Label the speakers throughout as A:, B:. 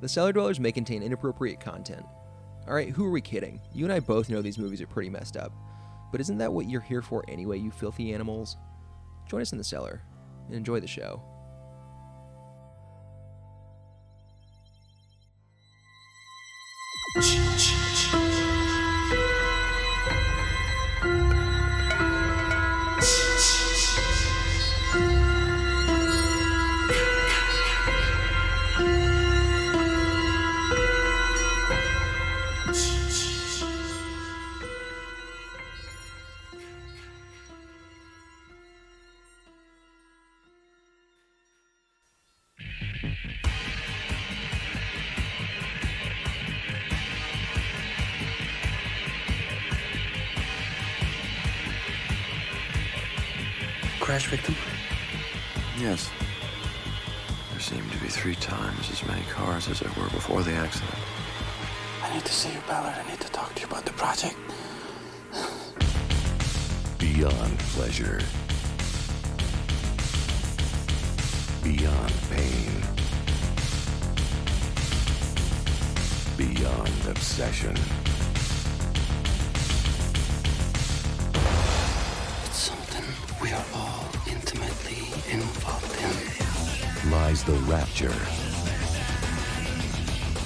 A: The Cellar Dwellers may contain inappropriate content. Alright, who are we kidding? You and I both know these movies are pretty messed up. But isn't that what you're here for anyway, you filthy animals? Join us in the cellar and enjoy the show.
B: Crash victim?
C: Yes. There seem to be three times as many cars as there were before the accident.
B: I need to see you, Ballard. I need to talk to you about the project.
D: Beyond pleasure. Beyond pain. Beyond obsession.
B: It's something we are all intimately involved in.
D: Lies the rapture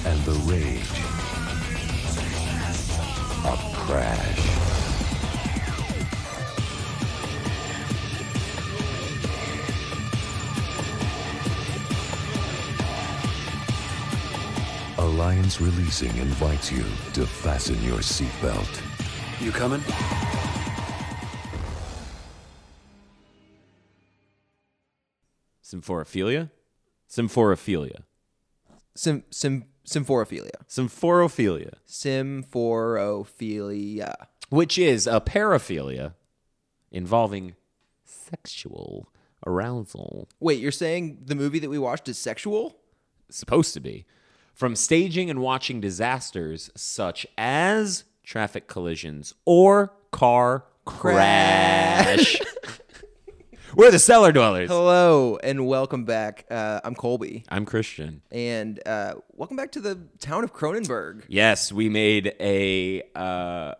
D: and the rage of crash. Alliance Releasing invites you to fasten your seatbelt.
B: You coming?
E: Symphorophilia? Symphorophilia.
A: Sim, sim, symphorophilia.
E: Symphorophilia,
A: Symphorophilia.
E: which is a paraphilia involving sexual arousal.
A: Wait, you're saying the movie that we watched is sexual?
E: Supposed to be. From staging and watching disasters such as traffic collisions or car crash. We're the cellar dwellers.
A: Hello and welcome back. Uh, I'm Colby,
E: I'm Christian.
A: and uh, welcome back to the town of Cronenberg.
E: Yes, we made a, uh,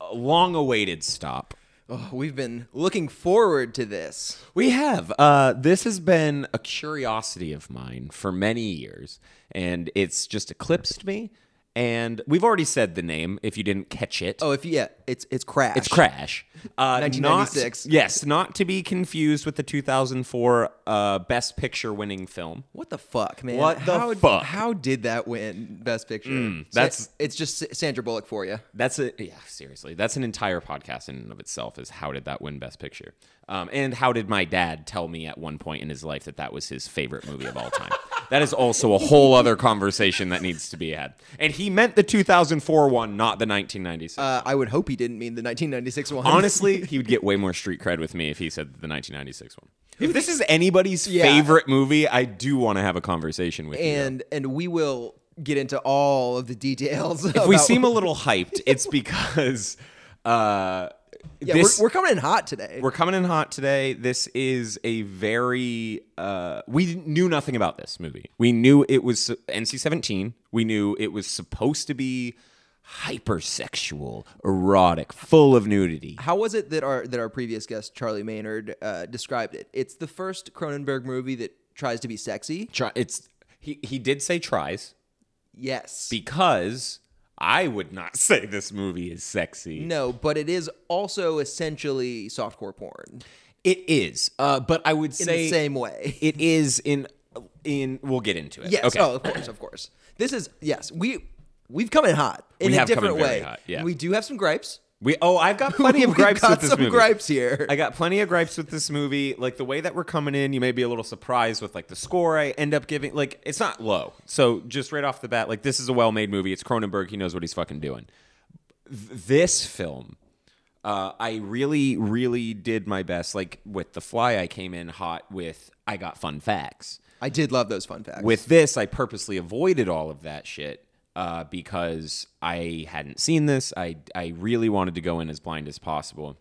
E: a long awaited stop.
A: Oh, we've been looking forward to this.
E: We have. Uh, this has been a curiosity of mine for many years, and it's just eclipsed me. And we've already said the name if you didn't catch it.
A: Oh, if yeah, it's it's Crash.
E: It's Crash. Uh, not-
A: 1996.
E: yes, not to be confused with the 2004 uh, Best Picture winning film.
A: What the fuck, man?
E: What the
A: how,
E: fuck? Mm,
A: How did that win Best Picture? Sa-
E: that's-
A: it's just S- Sandra Bullock for you.
E: That's a yeah, seriously. That's an entire podcast in and of itself. Is how did that win Best Picture? Um, and how did my dad tell me at one point in his life that that was his favorite movie of all time? that is also a whole other conversation that needs to be had. And he meant the 2004 one, not the 1996.
A: Uh, I would hope he didn't mean the 1996 one.
E: Honestly, he would get way more street cred with me if he said the 1996 one. If this is anybody's favorite movie, I do want to have a conversation with you.
A: and and we will get into all of the details.
E: if we seem a little hyped, it's because uh,
A: yeah,
E: this
A: we're, we're coming in hot today.
E: We're coming in hot today. This is a very uh, we knew nothing about this movie. We knew it was NC-17. We knew it was supposed to be hypersexual, erotic, full of nudity.
A: How was it that our that our previous guest Charlie Maynard uh, described it? It's the first Cronenberg movie that tries to be sexy.
E: Try, it's he he did say tries
A: Yes.
E: because I would not say this movie is sexy.
A: no, but it is also essentially softcore porn
E: It is. Uh, but I would
A: in
E: say
A: the same way.
E: it is in in we'll get into it.
A: Yes.
E: Okay.
A: Oh, of course, of course. This is yes. We we've come in hot in
E: We
A: a
E: have come in
A: different
E: very
A: way.
E: hot, yeah.
A: We do have some gripes.
E: We oh, I've got plenty of
A: We've
E: gripes
A: got
E: with this
A: some
E: movie.
A: gripes here.
E: I got plenty of gripes with this movie. Like the way that we're coming in, you may be a little surprised with like the score I end up giving. Like it's not low. So just right off the bat, like this is a well-made movie. It's Cronenberg. He knows what he's fucking doing. Th- This film, uh, I really, really did my best. Like with The Fly, I came in hot with I got fun facts.
A: I did love those fun facts.
E: With this, I purposely avoided all of that shit uh, because I hadn't seen this. I I really wanted to go in as blind as possible,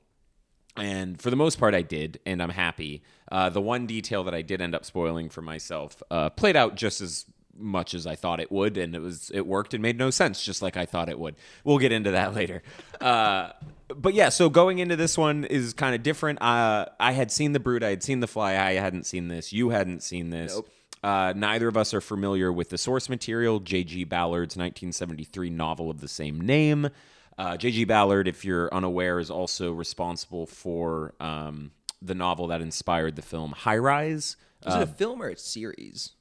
E: and for the most part, I did, and I'm happy. Uh, the one detail that I did end up spoiling for myself uh, played out just as much as I thought it would, and it was it worked and made no sense, just like I thought it would. We'll get into that later. Uh, but yeah, so going into this one is kind of different. Uh, I had seen the Brood, I had seen the Fly, I hadn't seen this. You hadn't seen this.
A: Nope.
E: Uh, neither of us are familiar with the source material, J.G. Ballard's 1973 novel of the same name. Uh, J.G. Ballard, if you're unaware, is also responsible for um, the novel that inspired the film High Rise.
A: Is
E: um,
A: it a film or a series?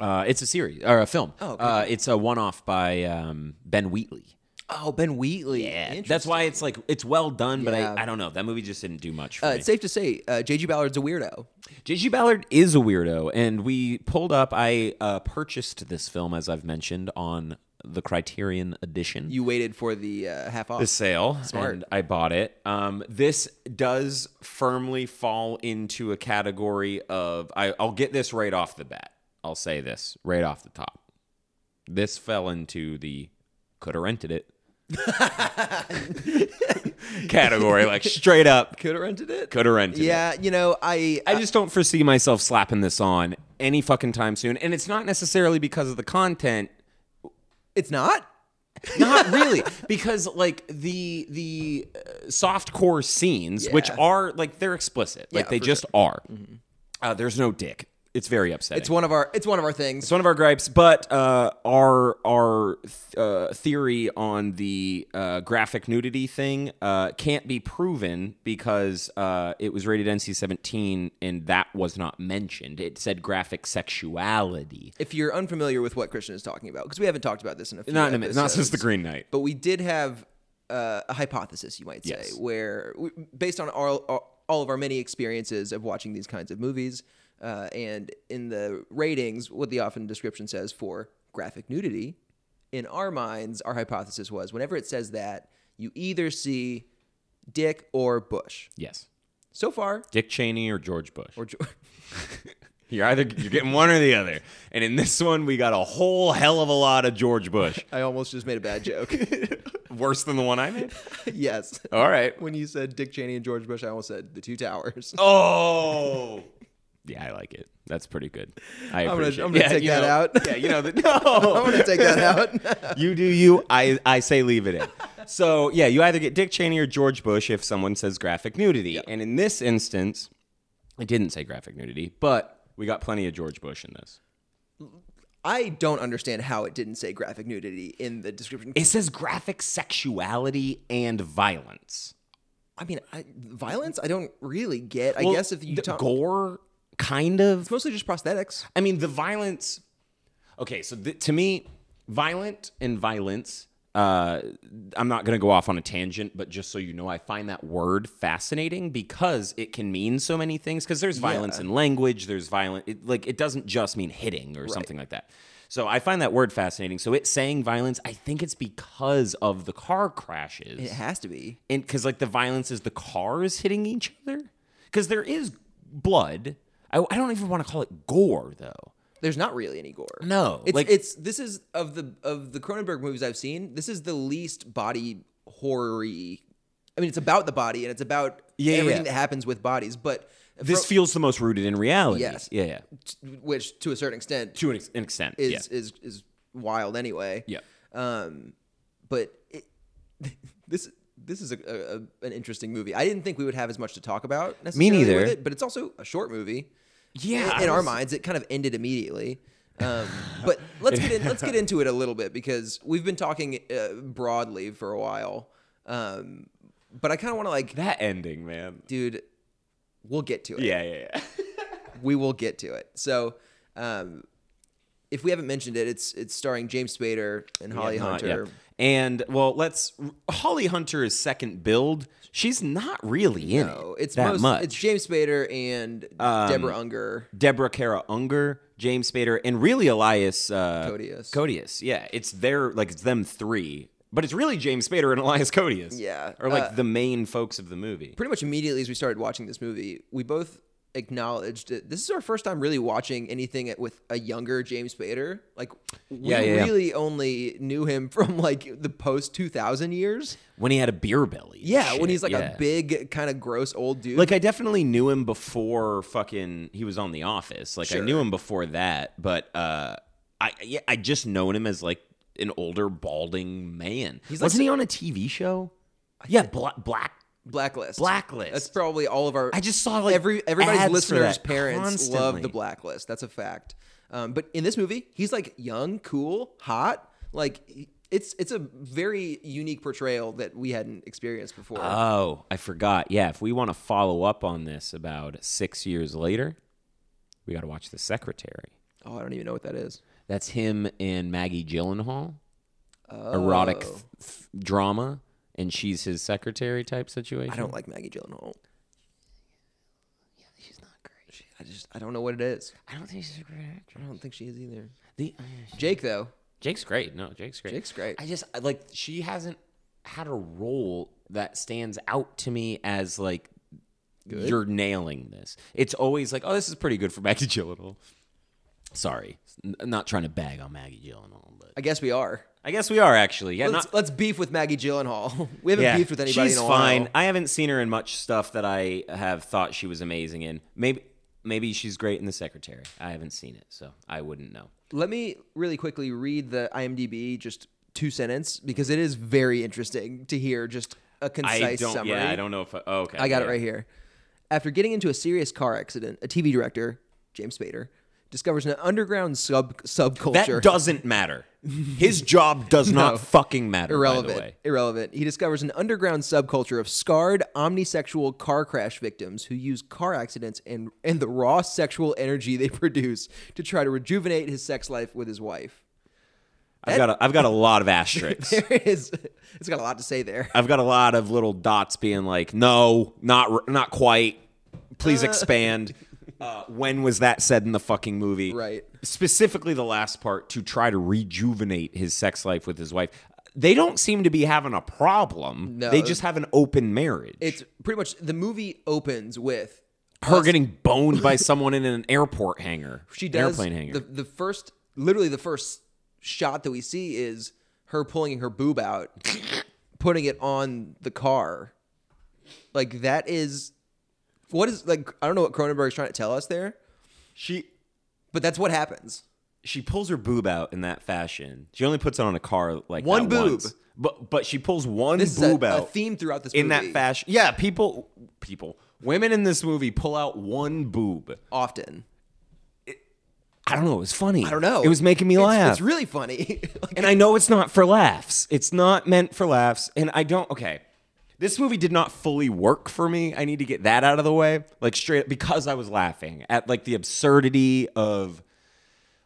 E: Uh, it's a series or a film.
A: Oh, okay.
E: uh, it's a one-off by um, Ben Wheatley.
A: Oh, Ben Wheatley.
E: that's why it's like it's well done, but
A: Yeah.
E: I, I don't know. That movie just didn't do much for
A: Uh,
E: me.
A: it's safe to say uh, J.G. Ballard's a weirdo.
E: J.G. Ballard is a weirdo, and we pulled up. I uh, purchased this film, as I've mentioned, on the Criterion edition.
A: You waited for the uh, half off.
E: the sale
A: Smart.
E: and I bought it. Um, this does firmly fall into a category of I, I'll get this right off the bat. I'll say this right off the top. This fell into the could have rented it category, like straight up
A: Could have rented it.
E: could have rented it.
A: Yeah, you know, I, uh,
E: I just don't foresee myself slapping this on any fucking time soon. And it's not necessarily because of the content.
A: it's not.
E: not really because like the the uh, soft core scenes which
A: Yeah.
E: are like they're explicit like
A: Yeah,
E: they
A: for
E: just are uh, there's no dick it's very upsetting
A: It's one of our it's one of our things.
E: it's one of our gripes, but uh, our our th- uh, theory on the uh, graphic nudity thing uh, can't be proven because uh, it was rated NC-17, and that was not mentioned. It said graphic sexuality.
A: if you're unfamiliar with what Christian is talking about, because we haven't talked about this in a few
E: Not in a minute. Not
A: episodes,
E: since the Green Knight.
A: But we did have uh, a hypothesis, you might say,
E: Yes.
A: where we, based on all, all of our many experiences of watching these kinds of movies, uh, and in the ratings, what the often description says for graphic nudity, in our minds, our hypothesis was whenever it says that, you either see Dick or Bush.
E: Yes,
A: So far,
E: Dick Cheney or George Bush.
A: or George.
E: You're either you're getting one or the other. And in this one, we got a whole hell of a lot of George Bush.
A: I almost just made a bad joke.
E: Worse than the one I made.
A: yes.
E: All right.
A: When you said Dick Cheney and George Bush, I almost said the two towers.
E: Oh. Yeah, I like it. That's pretty good. I
A: I'm gonna-
E: appreciate.
A: I'm gonna
E: yeah,
A: take
E: you
A: that
E: know-
A: out.
E: Yeah, you know the no.
A: I'm gonna take that out.
E: you do you. I I say leave it in. So yeah, you either get Dick Cheney or George Bush if someone says graphic nudity. And in this instance, it didn't say graphic nudity, but we got plenty of George Bush in this.
A: I don't understand how it didn't say graphic nudity in the description.
E: It says graphic sexuality and violence.
A: I mean, I, violence. I don't really get. I
E: Well,
A: guess if you
E: the
A: talk,
E: gore, kind of.
A: it's mostly just prosthetics.
E: I mean, the violence. Okay, so th- to me, violent and violence. Uh, I'm not going to go off on a tangent, but just so you know, I find that word fascinating because it can mean so many things. Because there's violence in language, there's violent, it, like it doesn't just mean hitting or something like that. So I find that word fascinating. So it's saying violence. I think it's because of the car crashes
A: It has to be.
E: and because like the violence is the cars hitting each other because there is blood I, I don't even want to call it gore though
A: There's not really any gore.
E: No,
A: it's
E: like-
A: it's this is of the of the Cronenberg movies I've seen. This is the least body horror-y. I mean, it's about the body and it's about
E: Yeah, yeah,
A: everything
E: yeah.
A: that happens with bodies, but
E: this
A: fro-
E: feels the most rooted in reality
A: Yes.
E: yeah, yeah.
A: which to a certain extent
E: to an, ex- an extent
A: is
E: yeah
A: is is wild anyway.
E: yeah
A: but it, this this is a, a, a- an interesting movie. I didn't think we would have as much to talk about. Necessarily
E: neither.
A: With it, but it's also a short movie.
E: Yeah,
A: In-
E: I
A: in, our
E: was-
A: minds, it kind of ended immediately. Um, but let's get in, let's get into it a little bit because we've been talking uh, broadly for a while. Um, but I kind of want to like,
E: that ending man
A: dude, we'll get to it
E: yeah yeah yeah
A: we will get to it. So, um, if we haven't mentioned it, it's it's starring James Spader and Holly
E: Not yet.
A: Hunter.
E: and well let's holly hunter is second build she's not really in
A: No,
E: it
A: it's
E: that
A: most,
E: much Um,
A: It's James Spader and Deborah Unger.
E: Deborah Kara Unger, James Spader, and really Elias uh,
A: Codius.
E: Codius, yeah, it's their like it's them three, but it's really James Spader and Elias Codius.
A: Yeah, uh,
E: are like the main folks of the movie.
A: Pretty much immediately as we started watching this movie, we both acknowledged that this is our first time really watching anything with a younger James Spader. Like, we
E: Yeah, yeah, yeah.
A: really only knew him from like the post two thousand years.
E: When he had a beer belly, and
A: Yeah,
E: shit,
A: when he's like
E: yeah.
A: a big kind of gross old dude.
E: Like I definitely knew him before fucking he was on The Office. Like I knew him before that, but uh I yeah, I just known him as like an older balding man.
A: He's like-
E: Wasn't he on a TV show? yeah, Bla- Black.
A: Blacklist.
E: Blacklist.
A: That's probably all of our.
E: I just saw, like,
A: every everybody's
E: ads for
A: listeners'
E: that
A: parents love
E: constantly.
A: the Blacklist. That's a fact. Um, but in this movie, he's like young, cool, hot. Like he- it's it's a very unique portrayal that we hadn't experienced before.
E: Oh, I forgot. Yeah, if we want to follow up on this about six years later, we got to watch The Secretary.
A: oh, I don't even know what that is.
E: That's him and Maggie Gyllenhaal,
A: Oh,
E: erotic th- th- drama, and she's his secretary type situation.
A: I don't like Maggie Gyllenhaal. Yeah, she's not great. I just I don't know what it is.
E: I don't think she's a great actress.
A: I don't think she is either.
E: The,
A: Jake though,
E: Jake's great. No, Jake's great.
A: Jake's great.
E: I just I, like she hasn't had a role that stands out to me as like you're nailing this. It's always like, oh, this is pretty good for Maggie Gyllenhaal. Sorry, N- not trying to bag on Maggie Gyllenhaal, but
A: I guess we are.
E: I guess we are actually. Yeah,
A: Let's,
E: not
A: let's beef with Maggie Gyllenhaal. We haven't beefed with anybody
E: She's
A: in a while.
E: fine. I haven't seen her in much stuff that I have thought she was amazing in. Maybe maybe she's great in The Secretary. I haven't seen it, so I wouldn't know.
A: Let me really quickly read the IMDb just two sentence because it is very interesting to hear just a concise
E: I don't.
A: summary.
E: Yeah, I don't know if. I, oh, okay,
A: I got it
E: yeah.
A: right here. After getting into a serious car accident, a TV director, James Spader, discovers an underground sub
E: That
A: subculture.
E: doesn't matter. His job does
A: No.
E: not fucking matter. By the
A: irrelevant.
E: way.
A: Irrelevant. He discovers an underground subculture of scarred omnisexual car crash victims who use car accidents and and the raw sexual energy they produce to try to rejuvenate his sex life with his wife.
E: I've got a, I've got a lot of asterisks.
A: There is. It's got a lot to say there.
E: I've got a lot of little dots being like, no, not r- not quite. Please expand. Uh, when was that said in the fucking movie?
A: Right.
E: Specifically, the last part to try to rejuvenate his sex life with his wife. They don't seem to be having a problem.
A: No.
E: They just have an open marriage.
A: It's pretty much the movie opens with
E: her getting boned by someone in an airport hangar.
A: she does
E: airplane hangar.
A: the the first literally the first shot that we see is her pulling her boob out, putting it on the car. Like that is what is like I don't know what Cronenberg's trying to tell us there,
E: she
A: but that's what happens.
E: she pulls her boob out in that fashion. She only puts it on a car like
A: One
E: that
A: boob.
E: once. but but she pulls one
A: This is
E: boob
A: a, a
E: out
A: theme throughout this
E: in that
A: movie
E: fashion. Yeah, people people women in this movie pull out one boob.
A: often.
E: I don't know. It was funny.
A: I don't know.
E: It was making me
A: It's-
E: laugh.
A: It's really funny. Like,
E: and I know it's not for laughs. It's not meant for laughs. And I don't. Okay, this movie did not fully work for me. I need to get that out of the way, like straight because I was laughing at like the absurdity of.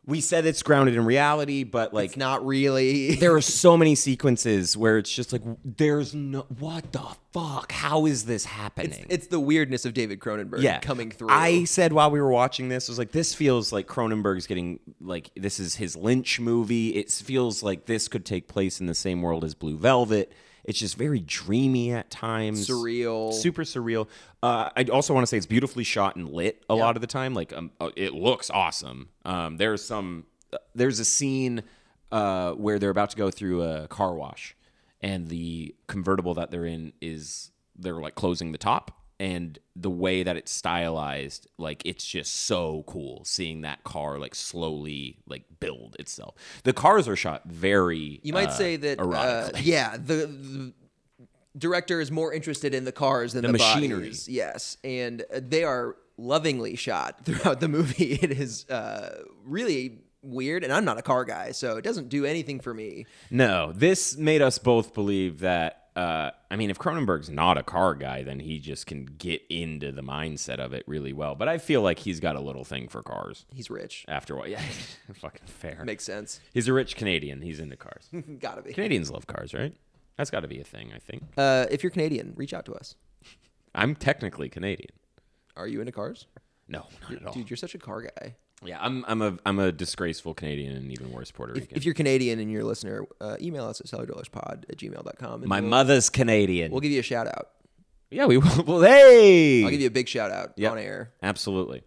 E: We said it's grounded in reality, but like
A: it's not really.
E: there are so many sequences where it's just like there's no what the fuck how is this happening
A: It's the weirdness of David Cronenberg coming through.
E: I said while we were watching this, I was like, this feels like Cronenberg's getting like this is his Lynch movie. It feels like this could take place in the same world as Blue Velvet. It's just very dreamy at times,
A: Surreal.
E: super surreal. Uh, I also want to say it's beautifully shot and lit a lot of the time. Like, um, uh, it looks awesome. Um, there's some, there's a scene uh, where they're about to go through a car wash, and the convertible that they're in is they're like closing the top and the way that it's stylized like it's just so cool seeing that car like slowly like build itself the cars are shot very
A: You might
E: uh,
A: say that, uh,
E: erotically.
A: yeah, the, the director is more interested in the cars than the,
E: machinery.
A: bodies. Yes, and uh, they are lovingly shot throughout the movie. It is uh, really weird, and I'm not a car guy, so it doesn't do anything for me.
E: no this made us both believe that uh, i mean if cronenberg's not a car guy then he just can get into the mindset of it really well but i feel like he's got a little thing for cars
A: He's rich.
E: after all yeah fucking fair
A: Makes sense.
E: he's a rich canadian he's into cars
A: Gotta be.
E: canadians love cars right that's got to be a thing i think
A: Uh, if you're Canadian, reach out to us.
E: i'm technically canadian
A: Are you into cars?
E: No, not at all.
A: Dude, you're such a car guy.
E: yeah, I'm I'm a I'm a disgraceful Canadian and even worse Puerto Rican.
A: If you're Canadian and you're a listener, uh, email us at sellerdollarspod at gmail.com. And
E: My
A: we'll,
E: mother's Canadian.
A: We'll give you a shout out.
E: yeah, we will. Well, hey,
A: I'll give you a big shout out
E: Yep.
A: on air.
E: absolutely.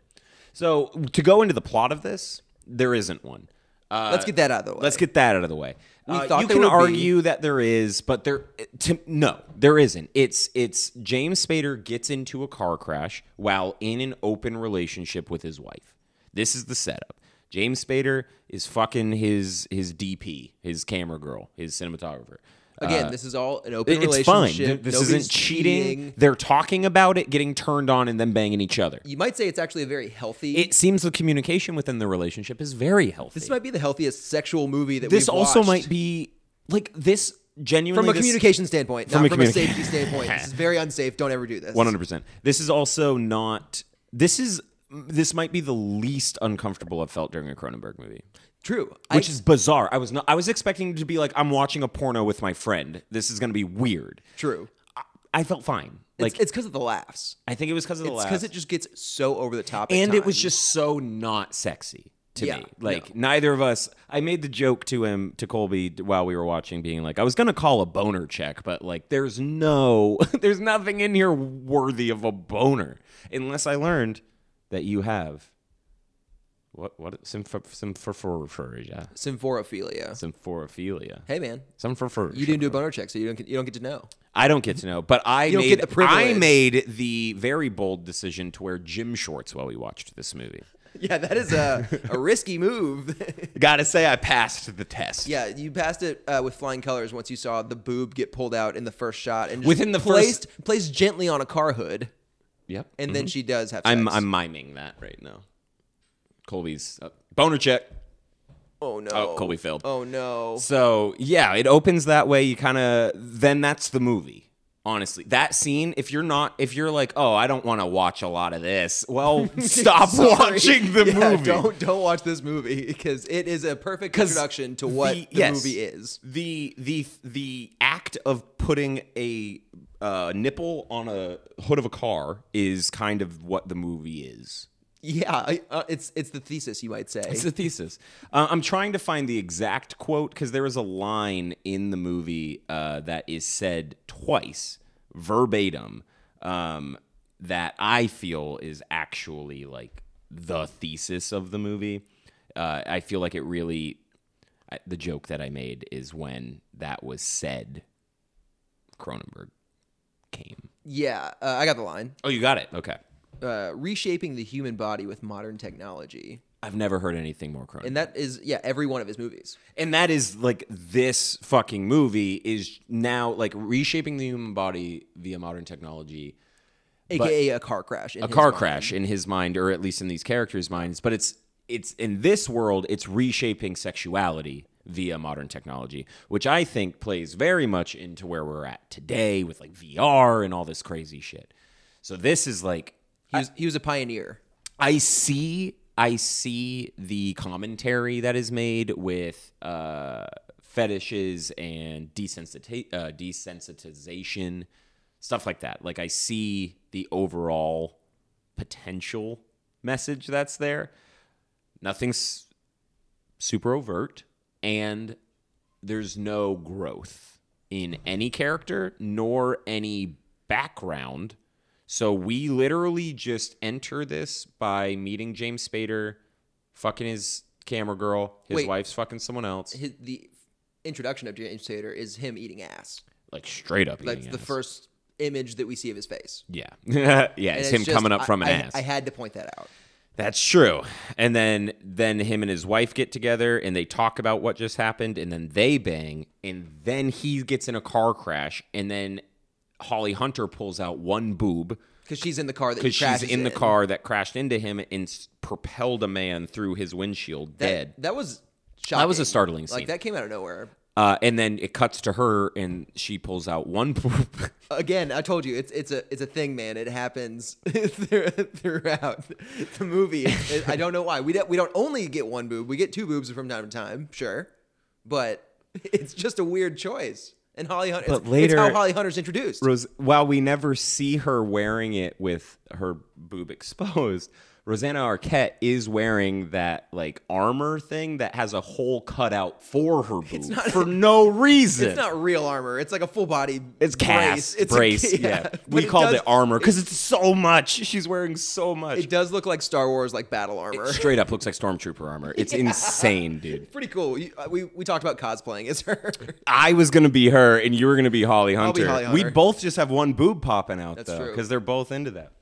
E: So to go into the plot of this, there isn't one. Uh,
A: Let's get that out of the way.
E: Let's get that out of the way.
A: We
E: Uh,
A: thought
E: you
A: there
E: can
A: would be.
E: argue that there is, but there to, no, there isn't. It's it's James Spader gets into a car crash while in an open relationship with his wife. This is the setup. James Spader is fucking his his DP, his camera girl, his cinematographer.
A: Again,
E: Uh,
A: this is all an open
E: it- it's fine.
A: relationship.
E: Th- This
A: Nobody's
E: isn't cheating. They're talking about it, getting turned on, and then banging each other.
A: You might say it's actually a very healthy.
E: It seems the communication within the relationship is very healthy.
A: this might be the healthiest sexual movie that
E: This
A: we've
E: also
A: watched.
E: might be like this genuinely
A: from a
E: this-
A: communication standpoint,
E: From
A: not
E: a
A: from a
E: communica-
A: safety standpoint. This is very unsafe. Don't ever do this.
E: One hundred percent. This is also not. This is. This might be the least uncomfortable I've felt during a Cronenberg movie,
A: True.
E: which
A: I,
E: is bizarre. I was not. I was expecting to be like, I'm watching a porno with my friend. This is going to be weird.
A: true.
E: I, I felt fine. Like
A: Like it's because of the laughs.
E: I think it was because of the
A: It's
E: last.
A: because it just gets so over the top. at
E: and it was
A: times.
E: just so not sexy to
A: Yeah,
E: me. Like neither of us. I made the joke to him to Colby d- while we were watching, being like, I was gonna call a boner check, but like, there's no, there's nothing in here worthy of a boner, unless I learned that you have. What what symphorophilia?
A: symphorophilia.
E: Symphorophilia.
A: Hey man,
E: Symphorophilia.
A: you didn't do a boner check, so you don't get, you don't get to know.
E: I don't get to know, but I
A: You don't
E: made
A: get the
E: I
A: privilege.
E: made the very bold decision to wear gym shorts while we watched this movie.
A: Yeah, that is a, a risky move.
E: Gotta say, I passed the test.
A: yeah, you passed it uh, with flying colors once you saw the boob get pulled out in the first shot and just
E: Within the
A: placed placed gently on a car hood,
E: Yep.
A: and then she does have. Sex.
E: Mm-hmm. I'm I'm miming that right now. Colby's uh, boner check.
A: Oh no.
E: Oh, Colby failed.
A: Oh no.
E: So yeah, it opens that way. You kind of then that's the movie. Honestly, that scene. If you're not, if you're like, oh, I don't want to watch a lot of this. Well, stop
A: Sorry.
E: watching the
A: Yeah,
E: movie.
A: Don't don't watch this movie because it is a perfect
E: 'Cause
A: introduction to what the,
E: yes.
A: movie is.
E: The the the act of putting a uh, nipple on a hood of a car is kind of what the movie is.
A: Yeah, I- uh, it's it's the thesis you might say.
E: It's a thesis. Uh, I'm trying to find the exact quote because there is a line in the movie uh, that is said twice, verbatim, um, that I feel is actually like the thesis of the movie. Uh, I feel like it really. I, the joke that I made is when that was said, Cronenberg came.
A: yeah, uh, I got the line.
E: Oh, you got it. Okay.
A: Uh, reshaping the human body with modern technology,
E: I've never heard anything more Cronenberg.
A: and that is yeah every one of his movies.
E: And that is like this fucking movie is now like reshaping the human body via modern technology.
A: aka a car crash. in
E: A
A: his
E: car
A: mind.
E: crash in his mind, or at least in these characters' minds. But it's it's in this world, it's reshaping sexuality via modern technology, which I think plays very much into where we're at today with like VR and all this crazy shit. So this is like
A: He was, he was a pioneer.
E: I see I see the commentary that is made with uh, fetishes and desensita- uh, desensitization stuff like that. Like I see the overall potential message that's there. Nothing's super overt and there's no growth in any character nor any background. So we literally just enter this by meeting James Spader, fucking his camera girl, his
A: Wait.
E: wife's fucking someone else,
A: His, the introduction of James Tater is him eating ass.
E: like straight up.
A: That's
E: eating
A: the
E: ass.
A: first image that we see of his face.
E: Yeah, yeah, it's,
A: And
E: him
A: just-
E: coming up
A: I-
E: from an
A: I-
E: ass.
A: I had to point that out.
E: That's true. And then then him and his wife get together and they talk about what just happened and then they bang and then he gets in a car crash and then Holly Hunter pulls out one boob
A: Because she's in the car that he
E: because she's
A: crashes
E: in the car that crashed into him and s- propelled a man through his windshield
A: That,
E: dead.
A: That was shocking.
E: That was a startling scene.
A: Like that came out of nowhere.
E: Uh, and then it cuts to her and she pulls out one boob.
A: Again, I told you it's it's a it's a thing, man. It happens throughout the movie. It- it- I don't know why we don't we don't only get one boob. We get two boobs from time to time, sure, but it's just a weird choice. And Holly Hunter,
E: But
A: it's, it's how
E: later-
A: Holly Hunter's introduced.
E: Rose, while we never see her wearing it with her boob exposed, Rosanna Arquette is wearing that like armor thing that has a hole cut out for her boob for no reason.
A: It's not real armor. It's like a full body. brace.
E: It's cast
A: It's a-
E: brace. yeah,
A: But
E: we called
A: does-
E: it armor because it's so much. She's wearing so much.
A: It does look like Star Wars, like battle armor.
E: Straight up looks like stormtrooper armor. It's insane, dude.
A: Pretty cool. You- uh, We, we talked about cosplaying as her.
E: I was gonna be her, and you were gonna be Holly Hunter.
A: be Holly
E: We
A: Hunter.
E: both just have one boob popping out
A: That's
E: though,
A: true.
E: because they're both into that.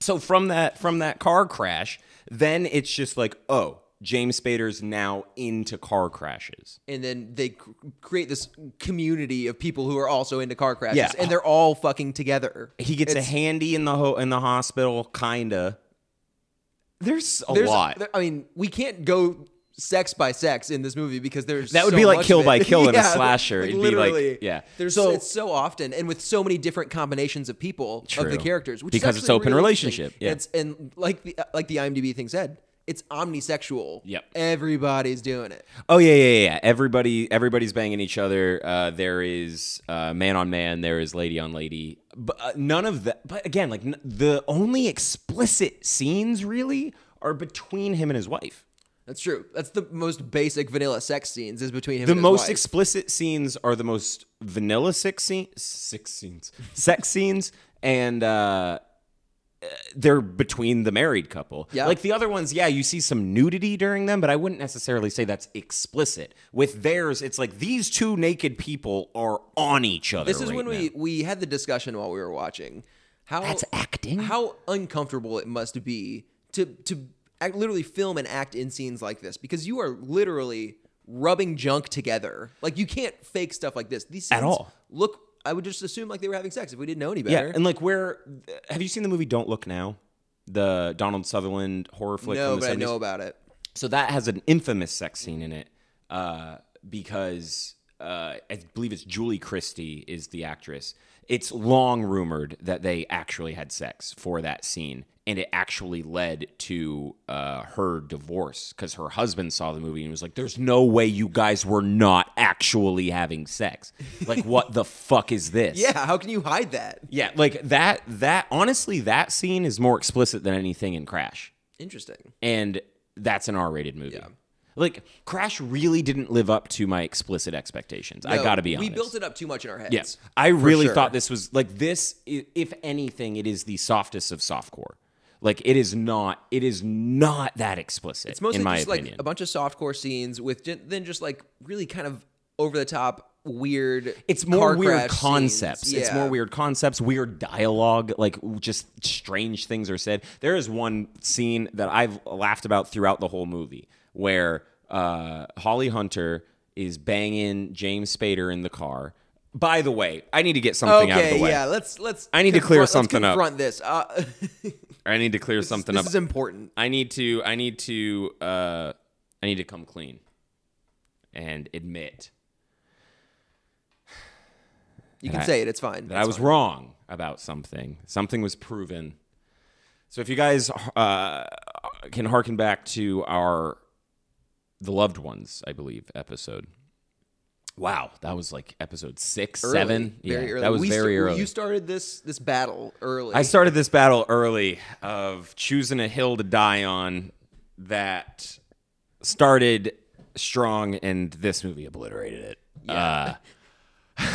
E: So from that from that car crash, then it's just like, oh, James Spader's now into car crashes.
A: and then they cr- create this community of people who are also into car crashes,
E: Yeah.
A: and they're all fucking together.
E: He gets
A: It's-
E: a handy in the ho- in the hospital, kinda. There's a
A: there's-
E: lot.
A: there- I mean, we can't go sex by sex in this movie because there's
E: That would
A: so
E: be like
A: much
E: kill
A: of
E: by
A: it.
E: kill in a
A: Yeah,
E: slasher. It'd be like-
A: literally.
E: yeah.
A: There's so
E: So-
A: it's so often and with so many different combinations of people of
E: True.
A: the characters, which is
E: Because it's
A: actually
E: open
A: really
E: relationship,
A: interesting.
E: yeah.
A: It's and like the uh, like the IMDb thing said, it's omnisexual.
E: Yep.
A: everybody's doing it.
E: Oh yeah, yeah, yeah, yeah. Everybody, everybody's banging each other. Uh, there is uh, man on man. There is lady on lady. But uh, none of that. But again, like n- the only explicit scenes really are between him and his wife.
A: That's true. That's the most basic vanilla sex scenes is between him.
E: The
A: and his
E: most
A: wife.
E: explicit scenes are the most vanilla sex scene, six scenes, sex scenes, and uh, uh, they're between the married couple.
A: Yeah.
E: like the other ones, yeah, you see some nudity during them, but I wouldn't necessarily say that's explicit. With theirs, it's like these two naked people are on each other.
A: This is
E: right
A: when
E: now.
A: we we had the discussion while we were watching. How
E: That's acting?
A: How uncomfortable it must be to to act, literally film and act in scenes like this because you are literally rubbing junk together. Like you can't fake stuff like this. These scenes
E: At all.
A: look. I would just assume like they were having sex if we didn't know any
E: yeah,
A: better.
E: and like where have you seen the movie Don't Look Now? The Donald Sutherland horror flick.
A: no,
E: from the
A: but I
E: 70s?
A: know about it.
E: So that has an infamous sex scene in it uh, because uh, I believe it's Julie Christie is the actress. It's long rumored that they actually had sex for that scene, and it actually led to uh, her divorce because her husband saw the movie and was like, "There's no way you guys were not actually having sex. Like, what the fuck is this?"
A: Yeah, how can you hide that?
E: yeah, like that. That honestly, that scene is more explicit than anything in Crash
A: Interesting.
E: and that's an R-rated movie. Like Crash really didn't live up to my explicit expectations. I
A: No,
E: got to be honest.
A: We built it up too much in our heads.
E: Yes, I really
A: sure.
E: thought this was like this. i- If anything, it is the softest of softcore. Like it is not. It is not that explicit.
A: It's mostly
E: in my
A: just
E: opinion.
A: like a bunch of softcore scenes with j- then just like really kind of over the top weird.
E: it's more
A: car
E: weird
A: crash scenes.
E: concepts. It's
A: Yeah.
E: more weird concepts, weird dialogue, like just strange things are said. There is one scene that I've laughed about throughout the whole movie where uh, Holly Hunter is banging James Spader in the car. By the way, I need to get something out of
A: Okay,
E: the way.
A: yeah. Let's let's.
E: I need to clear
A: confront- let's
E: something up.
A: confront this. Uh,
E: I need to clear something
A: this
E: up.
A: is important.
E: I need to I need to uh I need to come clean and admit
A: You can say it. It's fine.
E: that I was wrong about something. Something was proven. So if you guys uh, can hearken back to our the loved ones, I believe episode. Wow, that was like episode six,
A: Early,
E: seven.
A: Very
E: yeah,
A: early.
E: that was
A: We st-
E: very early.
A: You started this this battle early.
E: I started this battle early of choosing a hill to die on that started strong, and this movie obliterated it. Uh,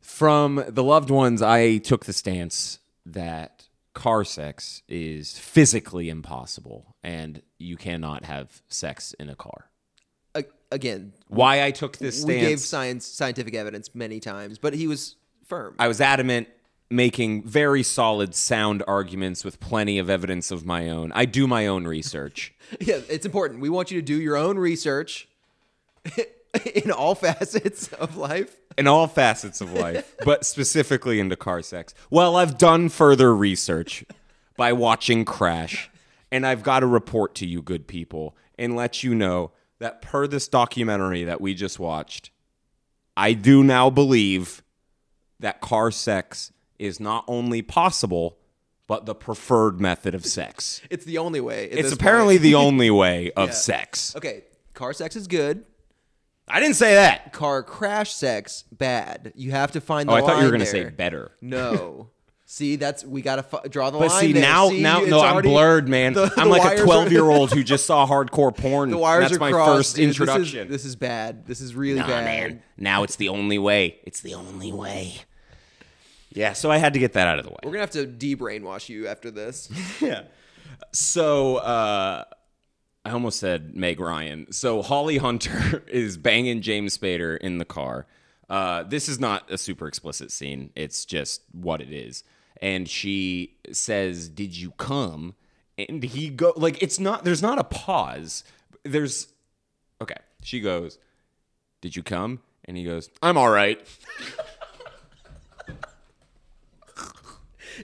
E: from the loved ones, I took the stance that car sex is physically impossible, and you cannot have sex in a car.
A: A- again.
E: Why I took this
A: We
E: stance?
A: gave science scientific evidence many times, but he was firm.
E: I was adamant, making very solid, sound arguments with plenty of evidence of my own. I do my own research.
A: yeah, it's important. We want you to do your own research in all facets of life.
E: in all facets of life, but specifically into car sex. Well, I've done further research by watching Crash, and I've got to report to you, good people, and let you know that per this documentary that we just watched, I do now believe that car sex is not only possible, but the preferred method of sex.
A: It's the only way. at
E: It's
A: this
E: apparently
A: point.
E: the only way of sex.
A: okay. Car sex is good.
E: I didn't say that.
A: Car crash sex bad. You have to find the
E: Oh, I thought you were
A: line
E: going to say
A: there.
E: better.
A: No. see, that's we gotta f- draw the
E: But
A: line.
E: see
A: there.
E: now,
A: See,
E: now
A: it's
E: no, I'm
A: already-
E: blurred, man.
A: the- the
E: I'm like
A: wires
E: a
A: are-
E: 12 year old who just saw hardcore porn.
A: The wires
E: That's
A: are
E: my
A: crossed.
E: first
A: Dude, this is-
E: introduction.
A: This is, bad. This is really
E: Nah,
A: bad.
E: man. Now it's the only way. It's the only way. Yeah, so I had to get that out of the way.
A: We're gonna have to de-brainwash you after this.
E: So uh, I almost said Meg Ryan. So Holly Hunter is banging James Spader in the car. Uh, this is not a super explicit scene. It's just what it is. And she says, "Did you come?" And he go like it's not. There's not a pause. there's okay. She goes, "Did you come?" And he goes, "I'm all right."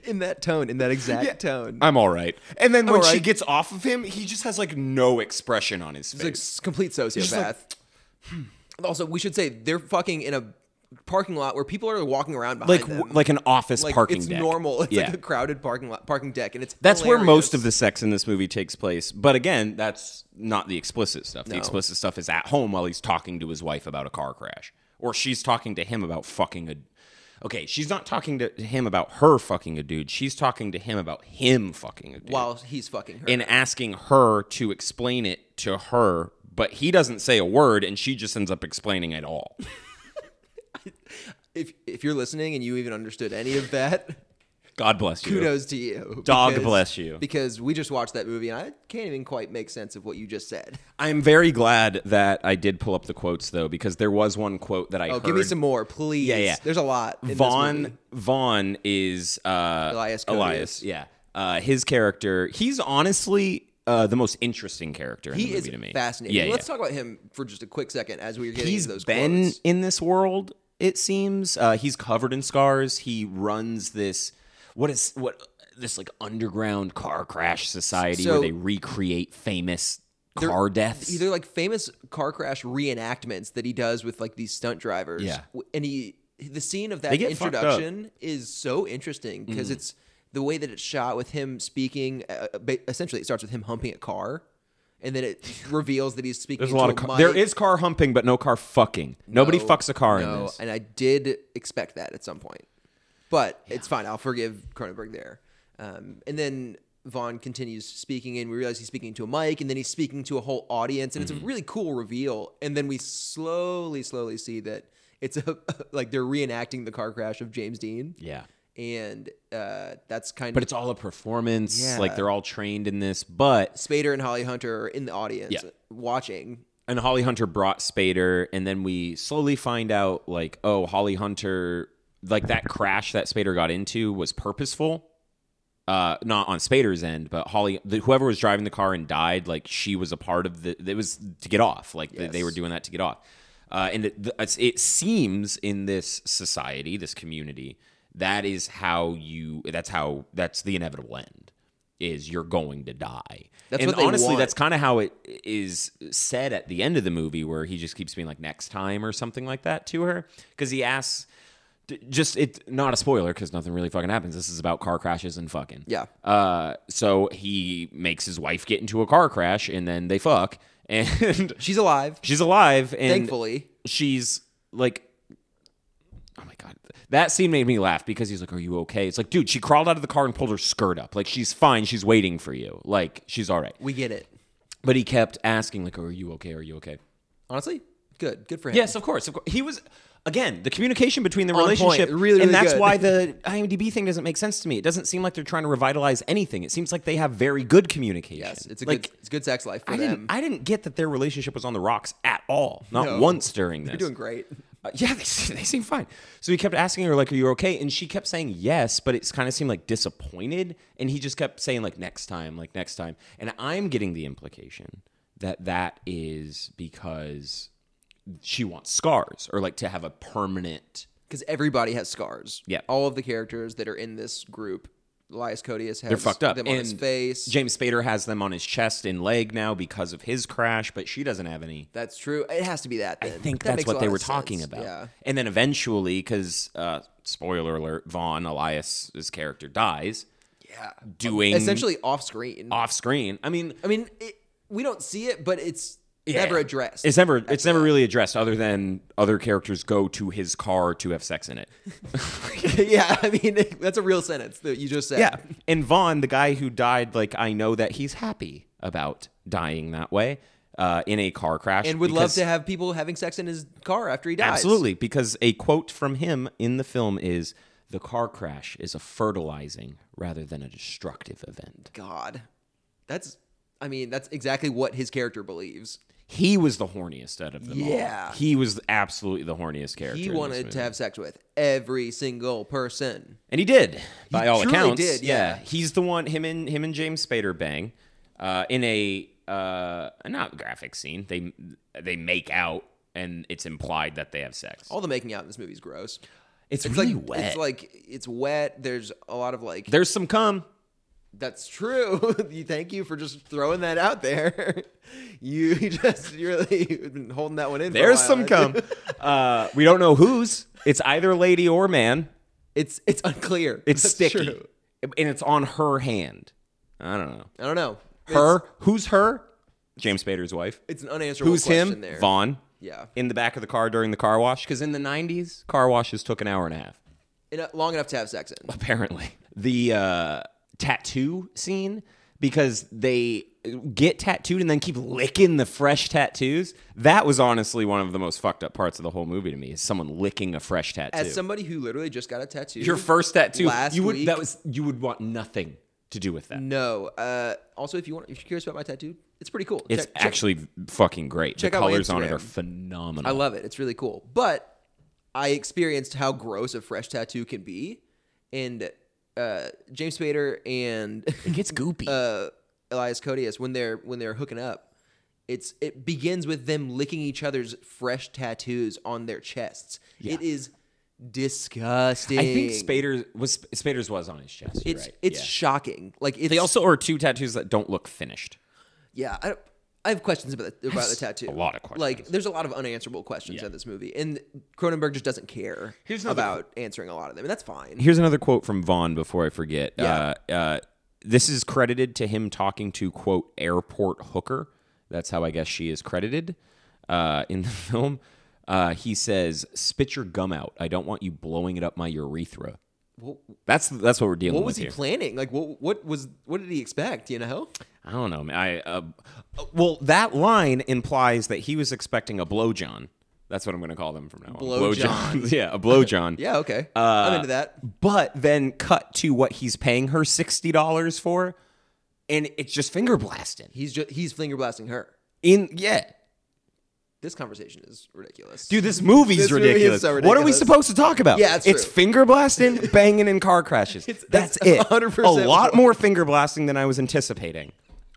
A: in that tone, in that exact tone.
E: I'm all right. And then when
A: all
E: she
A: right.
E: gets off of him, he just has like no expression on his face.
A: He's a s- complete sociopath. also, we should say they're fucking in a parking lot where people are walking around behind
E: like
A: them.
E: w- like an office
A: Like,
E: parking
A: It's
E: deck.
A: normal. It's
E: yeah.
A: like a crowded parking lot, parking deck, and it's
E: that's where most
A: hilarious.
E: of the sex in this movie takes place. But again, that's not the explicit stuff. The explicit stuff is at home while he's talking to his wife about a car crash or she's talking to him about fucking a Okay, she's not talking to him about her fucking a dude. She's talking to him about him fucking a dude
A: while he's fucking her.
E: and asking her to explain it to her, but he doesn't say a word and she just ends up explaining it all.
A: if if you're listening and you even understood any of that,
E: God bless you.
A: kudos to you.
E: Dog bless you.
A: Because we just watched that movie and I can't even quite make sense of what you just said.
E: I'm very glad that I did pull up the quotes though, because there was one quote that I
A: Oh,
E: heard.
A: give me some more, please.
E: Yeah, yeah.
A: There's a lot. in this movie.
E: Vaughn Vaughn is uh,
A: Elias Cody
E: Elias.
A: is.
E: Yeah, uh, his character. He's honestly uh, the most interesting character in the
A: He
E: movie
A: is
E: to me.
A: fascinating.
E: Yeah,
A: Let's
E: yeah.
A: talk about him for just a quick second as we are getting
E: He's
A: into those
E: been
A: quotes.
E: in this world. It seems uh, he's covered in scars. He runs this. What is what this like underground car crash society
A: So-
E: where they recreate famous car deaths?
A: either like famous car crash reenactments that he does with like these stunt drivers.
E: Yeah.
A: W- And he the scene of that
E: They get fucked up. Mm.
A: introduction is so interesting because it's the way that it's shot with him speaking. Uh, uh, ba- essentially, it starts with him humping a car, and then it reveals that he's speaking.
E: There's a
A: into
E: lot of car.
A: mic.
E: There is car humping, but no car fucking. Nobody
A: No,
E: fucks a car in
A: no,
E: this.
A: And I did expect that at some point, but it's fine. I'll forgive Cronenberg there. Um, and then Vaughn continues speaking, and we realize he's speaking to a mic, and then he's speaking to a whole audience, and
E: Mm-hmm.
A: it's a really cool reveal. And then we slowly, slowly see that it's a, like they're reenacting the car crash of James Dean.
E: Yeah.
A: and uh, that's kind
E: But
A: of
E: it's all a performance.
A: Yeah.
E: Like they're all trained in this. But
A: Spader and Holly Hunter are in the audience
E: Yeah.
A: watching.
E: and Holly Hunter brought Spader, and then we slowly find out like, oh, Holly Hunter, like that crash that Spader got into was purposeful. Uh, not on Spader's end, but Holly, the, whoever was driving the car and died, like she was a part of the. It was to get off. Like they- they were doing that to get off. Uh, and it, it's- it seems in this society, this community, that is how you. That's how. That's the inevitable end. Is you're going to die.
A: That's
E: and
A: what they
E: honestly,
A: want.
E: that's kind of how it is said at the end of the movie, where he just keeps being like next time or something like that to her, because he asks. d- Just it, not a spoiler because nothing really fucking happens. This is about car crashes and fucking.
A: Yeah.
E: Uh, so he makes his wife get into a car crash and then they fuck and
A: She's alive,
E: she's alive and
A: thankfully.
E: she's like oh my god that scene made me laugh because he's like are you okay it's like dude she crawled out of the car and pulled her skirt up like she's fine she's waiting for you like she's all right
A: We get it.
E: but he kept asking like are you okay are you okay
A: Honestly, good, good for him.
E: yes of course of course he was again the communication between the
A: point.
E: relationship
A: Really, really
E: and that's
A: good.
E: why the imdb thing doesn't make sense to me it doesn't seem like they're trying to revitalize anything it seems like they have very good communication
A: Yes, it's a
E: like
A: good, it's good sex life for
E: I
A: them.
E: didn't. I didn't get that their relationship was on the rocks at all. Not
A: No.
E: once during this.
A: They're doing great.
E: Uh, yeah, they, se- they seem fine. So he kept asking her like, "Are you okay?" And she kept saying yes, but it's kind of seemed like disappointed. And he just kept saying like, "Next time, like next time." And I'm getting the implication that that is because she wants scars or like to have a permanent.
A: Because everybody has scars.
E: Yeah.
A: All of the characters that are in this group, Elias Codius has
E: They're fucked up.
A: them
E: and
A: on his face.
E: James Spader has them on his chest and leg now because of his crash, but she doesn't have any.
A: that's true. It has to be that.
E: I
A: then.
E: think
A: That
E: that's
A: makes a
E: what
A: lot
E: they
A: of
E: were
A: sense.
E: talking about.
A: Yeah.
E: And then eventually, because uh, spoiler alert, Vaughn Elias's character dies. Yeah. Doing
A: Essentially off screen.
E: off screen. I mean,
A: I mean, it, we don't see it, but it's never
E: yeah.
A: addressed.
E: It's never. It's never really addressed, other than other characters go to his car to have sex in it.
A: yeah. I mean, that's a real sentence that you just said.
E: And Vaughn, the guy who died, like I know that he's happy about dying that way uh, in a car crash,
A: And would love
E: because-
A: to have people having sex in his car after he dies.
E: Absolutely, because a quote from him in the film is the car crash is a fertilizing rather than a destructive event.
A: God. That's, I mean, that's exactly what his character believes.
E: He was the horniest out of them all.
A: Yeah.
E: He was absolutely the horniest character.
A: He
E: in this
A: wanted
E: movie.
A: to have sex with every single person.
E: And he did, by all
A: truly
E: accounts.
A: did, yeah.
E: He's the one him and him and James Spader bang uh, in a uh not graphic scene. They they make out and it's implied that they have sex.
A: All the making out in this movie is gross.
E: it's,
A: It's
E: really
A: like
E: wet.
A: it's like it's wet. There's a lot of like
E: There's some cum.
A: that's true. You- Thank you for just throwing that out there. You just you really have been holding that one in. for a
E: There's
A: while.
E: some cum. Uh, we don't know whose. It's either lady or man.
A: It's it's unclear.
E: It's
A: That's
E: sticky,
A: true.
E: and it's on her hand. I don't know.
A: I don't know.
E: Her?
A: It's,
E: who's her? James Spader's wife.
A: it's an unanswerable
E: Who's
A: question
E: him?
A: there.
E: Vaughn.
A: Yeah.
E: In the back of the car during the car wash, because in the '90s, car washes took an hour and a half.
A: In- long enough to have sex in.
E: Apparently, the uh, tattoo scene because they get tattooed and then keep licking the fresh tattoos. That was honestly one of the most fucked up parts of the whole movie to me. Is someone licking a fresh tattoo?
A: As somebody who literally just got a tattoo.
E: Your first tattoo,
A: Last
E: you would
A: week.
E: that was you would want nothing to do with that.
A: No. Uh, also, if you want, if you're curious about my tattoo, it's pretty cool.
E: It's
A: Check- check-
E: actually fucking great.
A: check
E: the
A: out my
E: colors on it
A: Instagram.
E: are phenomenal.
A: I love it. It's really cool. But I experienced how gross a fresh tattoo can be, and uh, James Spader and
E: it gets goopy.
A: uh, Elias Codius when they're when they're hooking up, it's it begins with them licking each other's fresh tattoos on their chests. It is disgusting.
E: I think Spader was Spader's was on his chest. you're
A: It's
E: right.
A: it's
E: Yeah.
A: shocking. Like it's
E: they also are two tattoos that don't look finished.
A: yeah. I, don't- I have questions about the, about the tattoo.
E: a lot of questions.
A: Like there's a lot of unanswerable questions in this movie, and Cronenberg just doesn't care
E: Here's another-
A: about answering a lot of them, and that's fine.
E: Here's another quote from Vaughn before I forget.
A: Yeah.
E: Uh, uh, this is credited to him talking to quote airport hooker. That's how I guess she is credited uh, in the film. Uh, he says, "Spit your gum out. I don't want you blowing it up my urethra." that's that's what we're dealing
A: what
E: with
A: was he
E: here.
A: planning? Like what what was what did he expect? You know.
E: I don't know. man. I uh, well, that line implies that he was expecting a blowjohn. That's what I'm going to call them from now on.
A: Blowjohn.
E: Blowjohn. yeah, a blowjohn.
A: Yeah. Okay.
E: Uh,
A: I'm into that.
E: But then cut to what he's paying her sixty dollars for, and it's just finger blasting.
A: He's just he's finger blasting her.
E: In yeah,
A: This conversation is ridiculous.
E: dude, this movie's
A: This movie is
E: ridiculous.
A: so
E: What are we
A: ridiculous.
E: supposed to talk about?
A: Yeah, that's
E: it's
A: true.
E: finger blasting, banging, and car crashes. that's,
A: that's
E: it.
A: 100%
E: a lot
A: what-
E: more finger blasting than I was anticipating.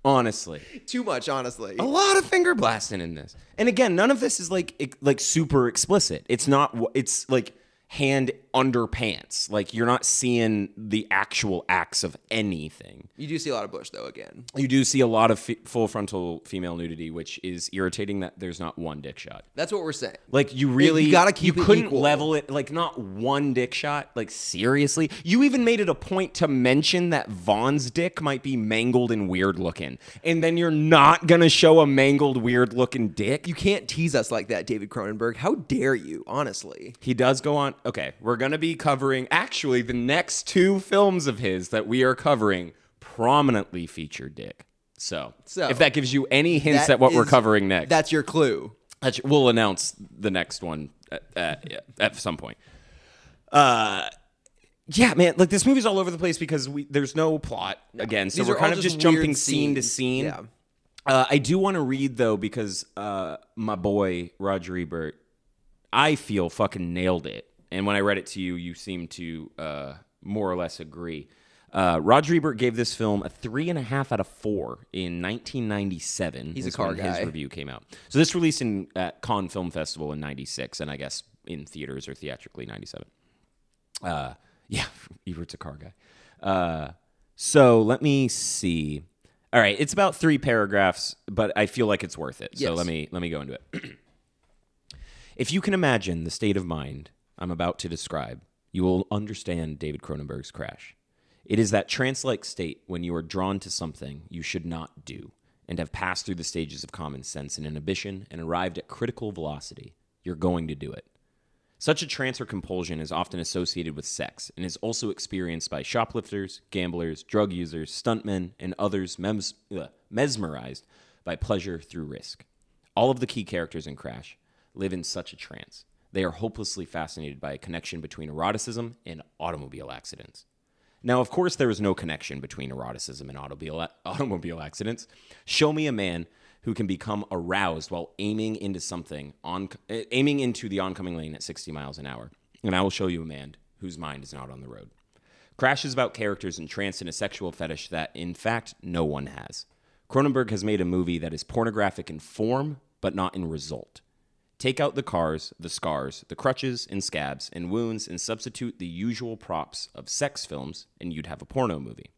E: Honestly.
A: too much, honestly.
E: a lot of finger blasting in this. And again, none of this is like ex- like super explicit. It's not. wh- It's like hand underpants. Like you're not seeing the actual acts of anything.
A: You do see a lot of Bush though. Again,
E: You do see a lot of f- full frontal female nudity, which is irritating. That there's not one dick shot.
A: that's what we're saying.
E: Like you really,
A: you gotta keep
E: You
A: it
E: couldn't
A: equal.
E: level it. Like not one dick shot. Like seriously, you even made it a point to mention that Vaughn's dick might be mangled and weird looking, and then you're not gonna show a mangled, weird looking dick.
A: You can't tease us like that, David Cronenberg. How dare you? Honestly,
E: He does go on. Okay, we're gonna be covering actually the next two films of his that we are covering prominently feature dick. So,
A: So,
E: if that gives you any hints
A: That
E: at what we're
A: is-
E: covering next,
A: That's your clue.
E: Actu- we'll announce the next one at, at, at some point. Uh, yeah, man. Like this movie's all over the place because we there's no plot again, so
A: These
E: we're
A: are
E: kind
A: all
E: of
A: just
E: just jumping
A: weird
E: scene to
A: scenes.
E: scene.
A: Yeah.
E: Uh, I do want to read though because uh, my boy Roger Ebert, I feel fucking nailed it. And when I read it to you, you seemed to uh, more or less agree. Uh, Roger Ebert gave this film a three and a half out of four in 1997.
A: He's a
E: is
A: car
E: when
A: guy.
E: His review came out. So this released in at Cannes Film Festival in '96, and I guess in theaters or theatrically '97. Uh, yeah, Ebert's a car guy. Uh, so let me see. All right, it's about three paragraphs, but I feel like it's worth it. So
A: Yes.
E: let me let me go into it. if you can imagine the state of mind I'm about to describe, you will understand David Cronenberg's crash. It is that trance-like state when you are drawn to something you should not do and have passed through the stages of common sense and inhibition and arrived at critical velocity. You're going to do it. Such a trance or compulsion is often associated with sex and is also experienced by shoplifters, gamblers, drug users, stuntmen, and others mems- ugh, mesmerized by pleasure through risk. All of the key characters in Crash live in such a trance. They are hopelessly fascinated by a connection between eroticism and automobile accidents. Now, of course, there is no connection between eroticism and automobile, automobile accidents. Show me a man who can become aroused while aiming into something on eh, aiming into the oncoming lane at 60 miles an hour, and I will show you a man whose mind is not on the road. Crash is about characters entranced in a sexual fetish that, in fact, no one has. Cronenberg has made a movie that is pornographic in form, but not in result. Take out the cars, the scars, the crutches and scabs and wounds, and substitute the usual props of sex films, and you'd have a porno movie.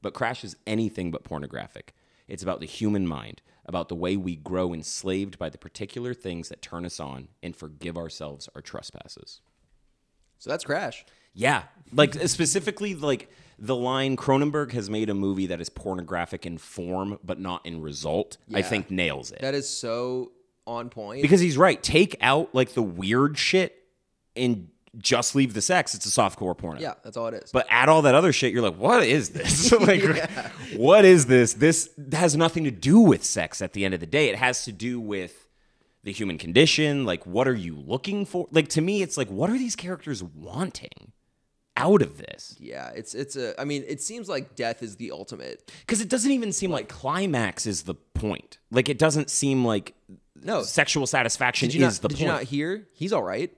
E: But Crash is anything but pornographic. It's about the human mind, about the way we grow enslaved by the particular things that turn us on and forgive ourselves our trespasses.
A: So that's Crash.
E: Yeah, like specifically, like the line Cronenberg has made a movie that is pornographic in form but not in result. I
A: Yeah.
E: think nails it
A: That is so on point.
E: because he's right. Take out like the weird shit and just leave the sex. It's a softcore porno.
A: yeah, that's all it is.
E: But add all that other shit, you're like, what is this? like, what is this? This has nothing to do with sex at the end of the day. It has to do with the human condition. Like, what are you looking for? Like, to me, it's like, what are these characters wanting out of this?
A: yeah, it's it's a. I mean, it seems like death is the ultimate.
E: Because it doesn't even seem like climax is the point. Like, it doesn't seem like
A: No,
E: sexual satisfaction
A: Oh. did
E: is
A: you not?
E: the
A: did
E: point.
A: you not hear? He's all right.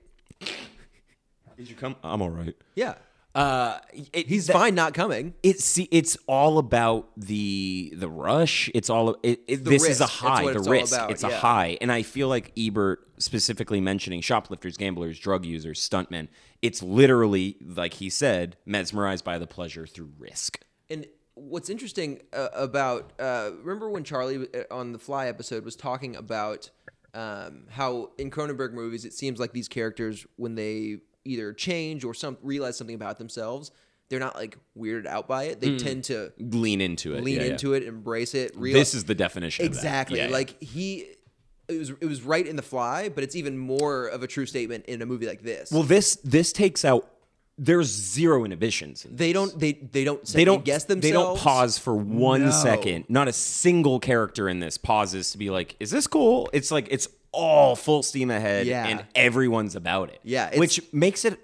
E: Did you come? I'm all right.
A: Yeah,
E: Uh, it,
A: he's
E: that-
A: fine not coming.
E: It's see, it's all about the the rush. It's all it, it, this
A: risk.
E: is a
A: That's
E: high.
A: what
E: the
A: it's all
E: risk.
A: about,
E: It's a
A: yeah.
E: high, and I feel like Ebert specifically mentioning shoplifters, gamblers, drug users, stuntmen. It's literally like he said, mesmerized by the pleasure through risk.
A: And what's interesting uh, about uh, remember when Charlie uh, on the Fly episode was talking about um, how in Cronenberg movies it seems like these characters when they either change or some realize something about themselves, they're not like weirded out by it. They tend to
E: Lean into it.
A: lean
E: Hmm. Yeah, yeah.
A: into it, embrace it. Real-
E: This is the definition. of that.
A: exactly
E: Yeah, yeah.
A: like he. It was it was right in the Fly, but it's even more of a true statement in a movie like this.
E: well, this this takes out. There's zero inhibitions. In
A: they don't they they don't
E: they don't
A: guess themselves.
E: They don't pause for one
A: No.
E: second. Not a single character in this pauses to be like, "Is this cool?" It's like it's all full steam ahead,
A: Yeah.
E: and everyone's about it.
A: Yeah, it's-
E: which makes it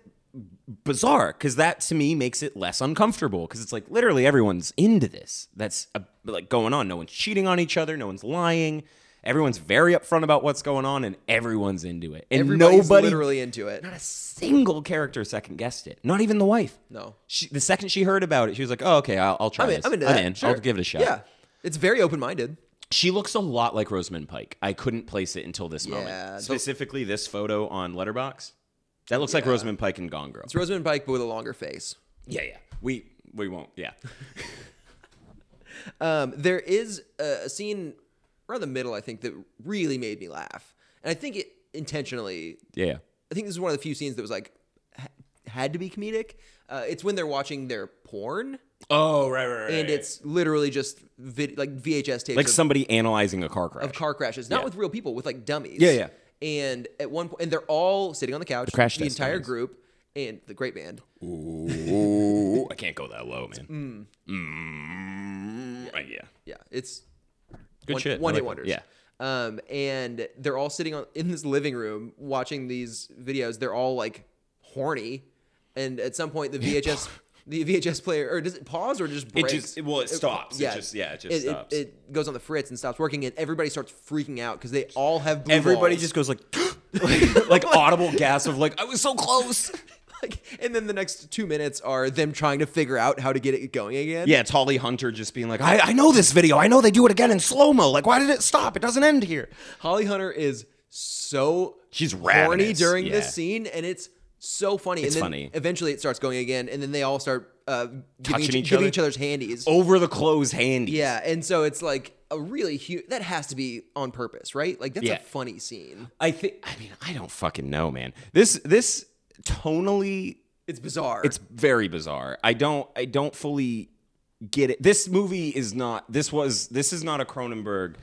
E: bizarre because that to me makes it less uncomfortable because it's like literally everyone's into this. That's uh, like going on. No one's cheating on each other. No one's lying. Everyone's very upfront about what's going on, and everyone's into it. And
A: Everybody's
E: nobody
A: literally into it.
E: not a single character second guessed it. Not even the wife.
A: No.
E: She, the second she heard about it, she was like, "Oh, okay, I'll, I'll try
A: I'm in.
E: this.
A: I'm into that. Sure.
E: I'll give it a shot."
A: Yeah, it's very open minded.
E: She looks a lot like Rosamund Pike. I couldn't place it until this
A: Yeah, the-
E: moment. Specifically, this photo on Letterbox. That looks like Rosamund Pike and Gone Girl.
A: It's Rosamund Pike, but with a longer face.
E: Yeah, yeah. We we won't. Yeah.
A: Um, there is a, a scene around the middle, I think, that really made me laugh, and I think it intentionally.
E: Yeah. yeah.
A: I think this is one of the few scenes that was like ha- had to be comedic. Uh, it's when they're watching their porn,
E: Oh right, right, right.
A: and it's literally just vid- like VHS tapes
E: like
A: of,
E: somebody analyzing a car crash.
A: of car crashes, not with real people, with like dummies.
E: Yeah, yeah.
A: And at one point, and they're all sitting on the couch, the,
E: crash test
A: entire
E: dummies.
A: group, and the great band.
E: Ooh, I can't go that low, man. Mm. Yeah.
A: Yeah, it's
E: Good
A: one,
E: shit. I
A: One hit
E: like
A: wonders.
E: that. Yeah.
A: Um, and they're all sitting on in this living room watching these videos. They're all like horny, and at some point the VHS the VHS player or does it pause or just breaks?
E: just- well, it stops. It just- yeah, it just stops.
A: It, goes on the fritz and stops working, and everybody starts freaking out because they all have blue
E: Everybody
A: balls.
E: just goes like, like, like audible gasp of like, I was so close.
A: like, and then the next two minutes are them trying to figure out how to get it going again.
E: Yeah, it's Holly Hunter just being like, I, I know this video. I know they do it again in slow mo. Like, why did it stop? It doesn't end here.
A: Holly Hunter is so
E: She's
A: horny
E: ravenous,
A: during
E: yeah.
A: this scene, and it's so funny.
E: It's
A: and then
E: funny.
A: Eventually, it starts going again, and then they all start uh, giving,
E: Touching
A: each,
E: each
A: giving
E: other. Oh.
A: each other's handies.
E: Over the clothes handy.
A: Yeah, and so it's like a really huge. That has to be on purpose, right? Like that's
E: Yeah.
A: a funny scene.
E: I think, I mean, I don't fucking know, man. This, this tonally,
A: It's bizarre.
E: it's very bizarre. I don't, I don't fully get it. This movie is not, this was, this is not a Cronenberg.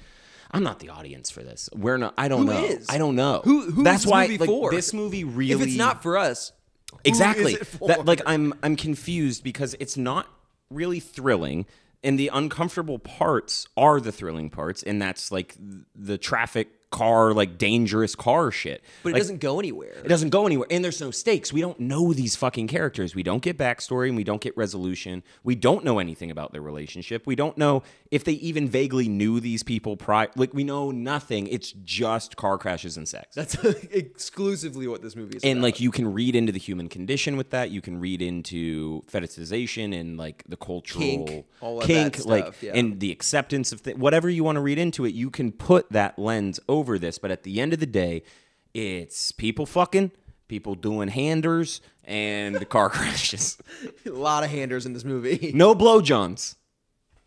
E: I'm not the audience for this. We're not, I don't
A: Who
E: know.
A: is?
E: I don't know.
A: Who- who
E: That's
A: is this
E: why
A: movie
E: like,
A: for?
E: this movie really.
A: if it's not for us, who
E: exactly
A: is it for?
E: that like i'm i'm confused because it's not really thrilling and the uncomfortable parts are the thrilling parts and that's like th- the traffic car, like dangerous car shit.
F: But it
E: Like,
F: doesn't go anywhere.
E: It doesn't go anywhere, and there's no stakes. We don't know these fucking characters. We don't get backstory, and we don't get resolution. We don't know anything about their relationship. We don't know if they even vaguely knew these people prior. Like we know nothing. It's just car crashes and sex.
F: That's exclusively what this movie is.
E: and
F: about.
E: like you can read into the human condition with that. You can read into fetishization and like the cultural
A: Kink, all of
E: kink,
A: that
E: like
A: stuff, yeah.
E: and the acceptance of th- whatever you want to read into it. You can put that lens over this, but at the end of the day, it's people fucking, people doing handers, and the car crashes.
A: a lot of handers in this movie.
E: No blowjobs.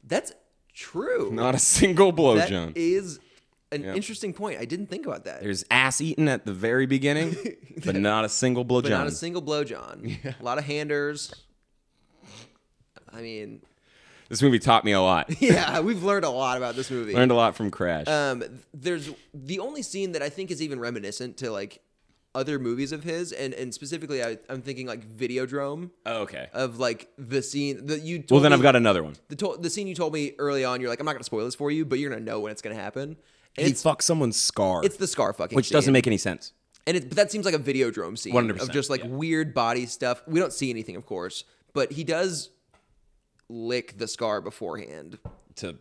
A: That's true.
E: Not a single
A: That
E: blowjob.
A: is an interesting point. I didn't think about that.
E: There's ass eating at the very beginning, but not a single
A: but not a
E: blowjob.
A: single blow John. A lot of handers. I mean,
E: this movie taught me a lot.
A: yeah, we've learned a lot about this movie.
E: Learned a lot from Crash.
A: Um, there's the only scene that I think is even reminiscent to like other movies of his, and and specifically, I, I'm thinking like Videodrome
E: oh, okay.
A: of like the scene that you. Told
E: well, then
A: me-
E: I've got another one.
A: the to- the scene you told me early on. You're like, I'm not gonna spoil this for you, but you're gonna know when it's gonna happen. And
E: he
A: it's
E: fucks someone's scar,
A: it's the scar fucking,
E: which doesn't
A: scene.
E: make any sense.
A: And it, but that seems like a Videodrome scene
E: 100%,
A: of just like
E: yeah.
A: weird body stuff. We don't see anything, of course, but he does lick the scar beforehand.
E: To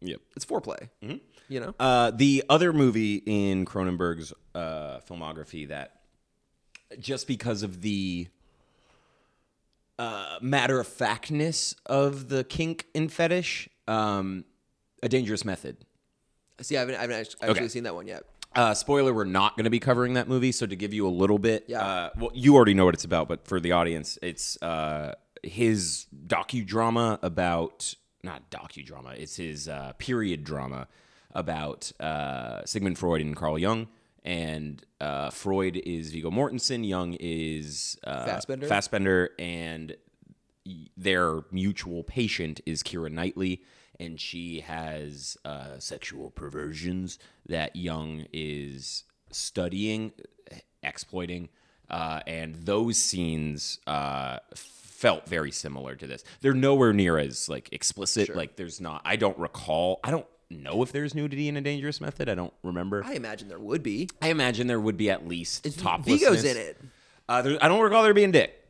E: yep.
A: It's foreplay, mm-hmm. you know.
E: Uh, the other movie in Cronenberg's uh, filmography that just because of the uh, matter of factness of the kink and fetish, um, a dangerous method.
A: see, I haven't, I haven't act- actually seen that one yet.
E: Uh, spoiler: We're not going to be covering that movie, so to give you a little bit,
A: Yeah.
E: Uh, well, you already know what it's about, but for the audience, it's uh, his docudrama about not docudrama. It's his uh, period drama about uh, Sigmund Freud and Carl Jung. And uh, Freud is Viggo Mortensen, Jung is uh,
A: Fassbender?
E: Fassbender, and their mutual patient is Kira Knightley, and she has uh, sexual perversions that Young is studying, exploiting, uh, and those scenes uh, felt very similar to this. They're nowhere near as like explicit. Like there's not. I don't recall. I don't know if there's nudity in a dangerous method. I don't remember.
A: I
E: I,
A: imagine there would be.
E: imagine there would be at least toplessness.
A: Vigo's in it.
E: Uh, there, I don't recall there being dick.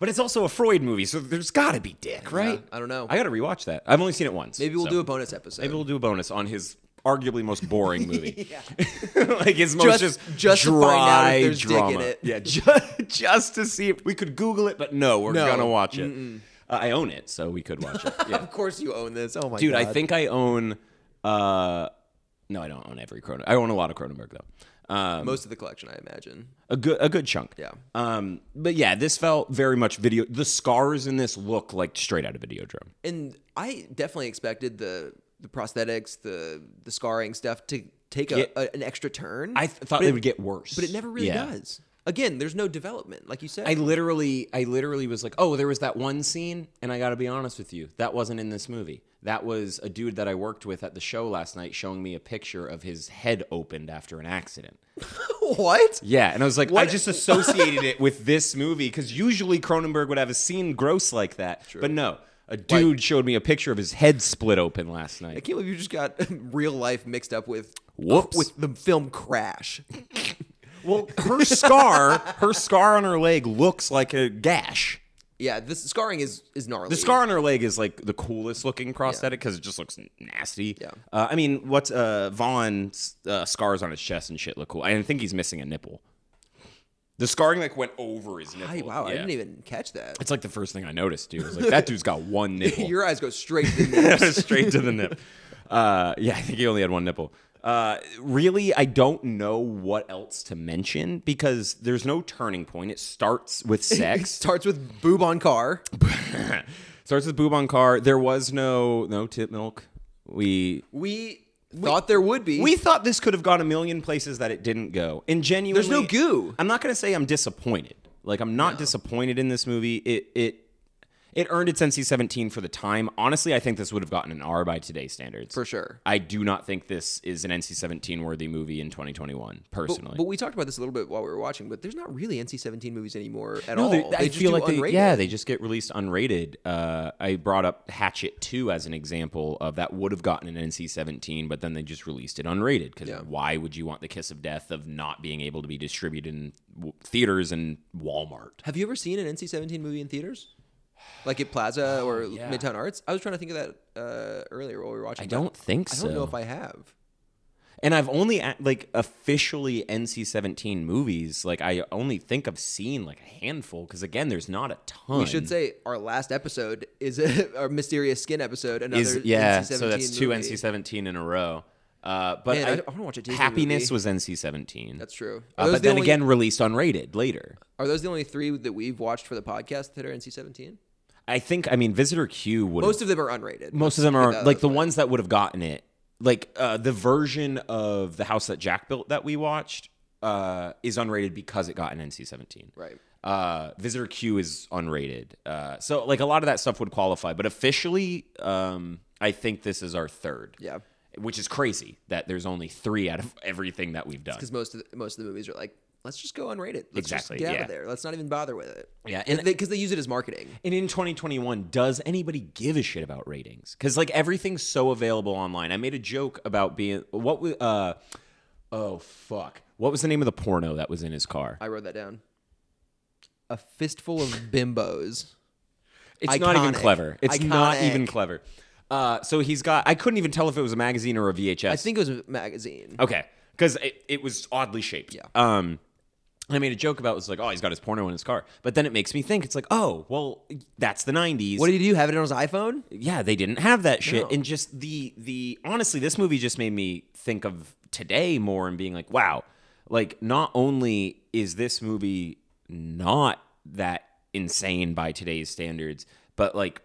E: But it's also a Freud movie, so there's got to be dick, right?
A: I don't know.
E: I got to rewatch that. I've only seen it once.
A: Maybe we'll
E: so-
A: do a bonus episode.
E: Maybe we'll do a bonus on his arguably most boring movie. like his
A: Just-
E: most just,
A: just to
E: dry
A: find out if there's dick in
E: drama.
A: it.
E: Yeah, just, just to see if we could Google it, but no, we're
A: No.
E: gonna watch it. Uh, I own it, so we could watch it. Yeah.
A: of course, you own this. Oh my
E: Dude,
A: god,
E: I think I own. Uh, no, I don't own every Cronenberg. I own a lot of Cronenberg though. Um,
A: most of the collection. I imagine.
E: a good a good chunk.
A: Yeah.
E: Um, but yeah, this felt very much video. The scars in this look like straight out of Videodrome.
A: and I definitely expected the the prosthetics, the the scarring stuff to take a,
E: Yeah.
A: a- an extra turn.
E: I th- thought
A: But
E: they
A: it-
E: would get worse,
A: but it never really
E: Yeah.
A: does. Again, there's no development, like you said.
E: I literally, I literally was like, oh, there was that one scene, and I got to be honest with you, that wasn't in this movie. That was a dude that I worked with at the show last night showing me a picture of his head opened after an accident.
A: what?
E: Yeah, and I was like,
A: What-
E: I just associated it with this movie because usually Cronenberg would have a scene gross like that, but no, a dude showed me a picture of his head split open last night.
A: I can't believe you just got real life mixed up with
E: Whoops.
A: with the film Crash.
E: Well, her scar, her scar on her leg looks like a gash.
A: Yeah, this scarring is is gnarly.
E: The scar on her leg is like the coolest looking prosthetic because it just looks nasty.
A: Yeah.
E: Uh, I mean, what's uh, Vaughn's uh, scars on his chest and shit look cool. I think he's missing a nipple. The scarring like went over his nipple.
A: I, wow, I
E: Yeah.
A: didn't even catch that.
E: It's like the first thing I noticed, dude. I was like, that dude's got one nipple.
A: Your eyes go straight to the nips.
E: straight to the nip. Uh, yeah, I think he only had one nipple. Uh, really, I don't know what else to mention because there's no turning point. It starts with sex.
A: Starts with boob on car.
E: starts with boob on car. There was no no tit milk. We
A: We, thought there would be.
E: we thought this could have gone a million places that it didn't go. And genuinely,
A: There's no goo.
E: I'm not gonna say I'm disappointed. Like I'm not disappointed in this movie. It it It earned its NC-17 for the time. Honestly, I think this would have gotten an R by today's standards.
A: For sure.
E: I do not think this is an NC-17 worthy movie in 2021, personally.
A: But, but we talked about this a little bit while we were watching, but there's not really NC-17 movies anymore at
E: No,
A: all.
E: they- I
A: just
E: feel
A: do
E: like they,
A: unrated.
E: yeah, they just get released unrated. Uh, I brought up Hatchet Two as an example of that would have gotten an NC-17, but then they just released it unrated because why would you want the kiss of death of not being able to be distributed in w- theaters and Walmart?
A: Have you ever seen an NC-17 movie in theaters? Like at
E: Oh,
A: Plaza or Midtown Arts? I was trying to think of that uh, earlier while we were watching.
E: I
A: but
E: don't think
A: I
E: so.
A: don't know if I have.
E: and I've only a- like officially NC-17 movies. Like I only think I've seen like a handful because again, there's not a ton.
A: We should say our last episode is a, our mysterious skin episode. Another
E: is yeah.
A: NC-17
E: So that's two
A: movie.
E: NC-17 in a row. Uh, but
A: Man, I-
E: I,
A: I wanna watch a Disney
E: Happiness
A: movie.
E: was NC-17.
A: That's true. Are
E: Uh,
A: those
E: but
A: the
E: then
A: only-
E: again, released unrated later.
A: are those the only three that we've watched for the podcast that are NC-17?
E: I think. I mean, Visitor Q would.
A: Most of them are unrated.
E: most of them are
A: Yeah,
E: like the ones that would have gotten it. Like uh, the version of the house that Jack built that we watched uh, is unrated because it got an NC-17.
A: Right.
E: Uh, Visitor Q is unrated. Uh, so like a lot of that stuff would qualify, but officially, um, I think this is our third.
A: Yeah.
E: Which is crazy that there's only three out of everything that we've done.
A: because most of the, most of the movies are like, let's just go unrated. Let's
E: Exactly,
A: Just get out
E: yeah.
A: of there. Let's not even bother with it.
E: Yeah, and-
A: And because they, use it as marketing.
E: And in 2021, does anybody give a shit about ratings? Because like everything's so available online. I made a joke about being what was uh oh fuck what was the name of the porno that was in his car?
A: I wrote that down. A fistful of bimbos.
E: It's not even
A: Iconic.
E: clever. It's not
A: Iconic.
E: even clever. Uh, so he's got. I couldn't even tell if it was a magazine or a VHS.
A: I think it was a magazine.
E: Okay, because it, it was oddly shaped.
A: Yeah.
E: Um, I made a joke about it was like, oh, he's got his porno in his car, but then it makes me think it's like, oh, well, that's the '90s.
A: What did he do? Have it on his iPhone?
E: yeah, they didn't have that shit. And just the the honestly, this movie just made me think of today more and being like, wow, like not only is this movie not that insane by today's standards, but like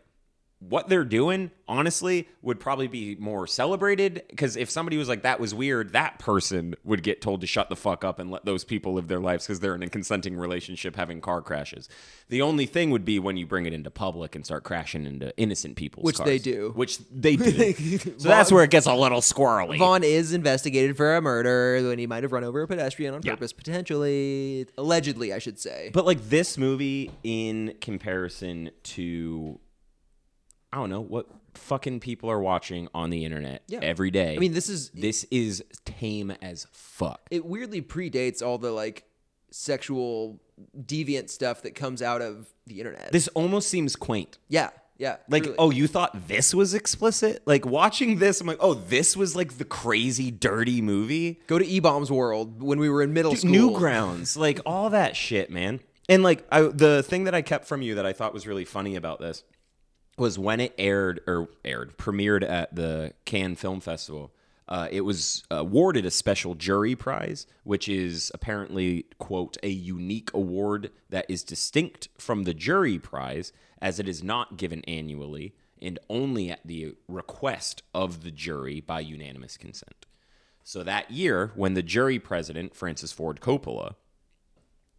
E: what they're doing honestly would probably be more celebrated because if somebody was like that was weird that person would get told to shut the fuck up and let those people live their lives because they're in a consenting relationship having car crashes the only thing would be when you bring it into public and start crashing into innocent people
A: Which they do.
E: which they do so that's where it gets a little squirrely
A: Vaughn is investigated for a murder when he might have run over a pedestrian on
E: Yeah.
A: purpose, potentially, allegedly, I should say.
E: But like this movie in comparison to I don't know what fucking people are watching on the internet
A: Yeah.
E: every day.
A: I mean, this is-
E: this is tame as fuck.
A: it weirdly predates all the like sexual deviant stuff that comes out of the internet.
E: This almost seems quaint.
A: yeah, yeah.
E: Like,
A: truly.
E: oh, you thought this was explicit? Like watching this, I'm like, oh, this was like the crazy dirty movie.
A: Go to E Bombs World when we were in middle school.
E: Newgrounds, like all that shit, man. And like I, the thing that I kept from you that I thought was really funny about this was when it aired or aired premiered at the Cannes Film Festival. Uh, it was awarded a special jury prize, which is apparently quote a unique award that is distinct from the jury prize, as it is not given annually and only at the request of the jury by unanimous consent. So that year, when the jury president, Francis Ford Coppola,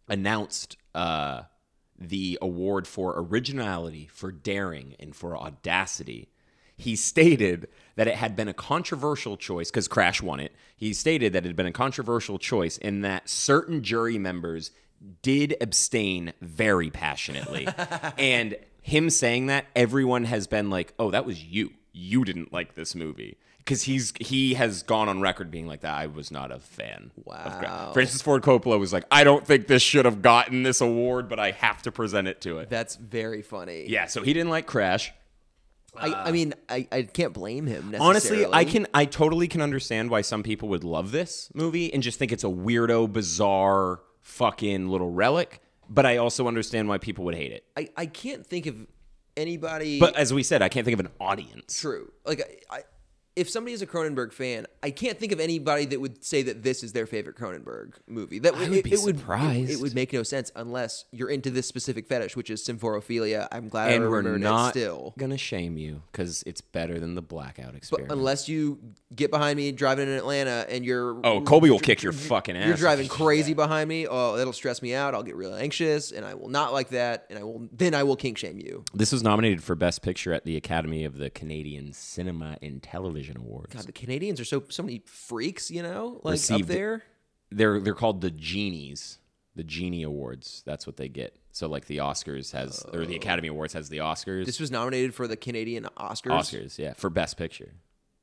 E: announced uh, the award for originality, for daring, and for audacity, he stated that it had been a controversial choice because Crash won it. He stated that it had been a controversial choice in that certain jury members did abstain very passionately. and him saying that, everyone has been like, oh, that was you. You didn't like this movie. Because he's he has gone on record being like that. I was not a fan. Of Crash.
A: Wow.
E: Francis Ford Coppola was like, I don't think this should have gotten this award, but I have to present it to it.
A: That's very funny.
E: Yeah, so he didn't like Crash.
A: I, I mean, I, I can't blame him necessarily.
E: Honestly, I can I totally can understand why some people would love this movie and just think it's a weirdo, bizarre, fucking little relic. But I also understand why people would hate it.
A: I, I can't think of anybody.
E: But as we said, I can't think of an audience.
A: true. Like I, I, if somebody is a Cronenberg fan, I can't think of anybody that would say that this is their favorite Cronenberg movie. That
E: would be surprised.
A: It, would make no sense unless you're into this specific fetish, which is symphorophilia. I'm glad I
E: and we're
A: remembered
E: not
A: it still.
E: gonna shame you because it's better than the blackout
A: But uh,
E: experience.
A: unless you get behind me driving in Atlanta and you're
E: oh, Colby will kick your fucking ass.
A: you're
E: if
A: driving
E: you do
A: crazy behind me, oh that'll stress me out. I'll get real anxious and I will not like that and I will then I will kink shame you.
E: that. This was nominated for Best Picture at the Academy of the Canadian Cinema and Television Awards.
A: God, the Canadians are so so many freaks, you know, like up
E: Received-
A: there.
E: they're they're called the genies the genie awards that's what they get so like the oscars has or the academy awards has the oscars
A: This was nominated for the Canadian Oscars.
E: oscars yeah for best picture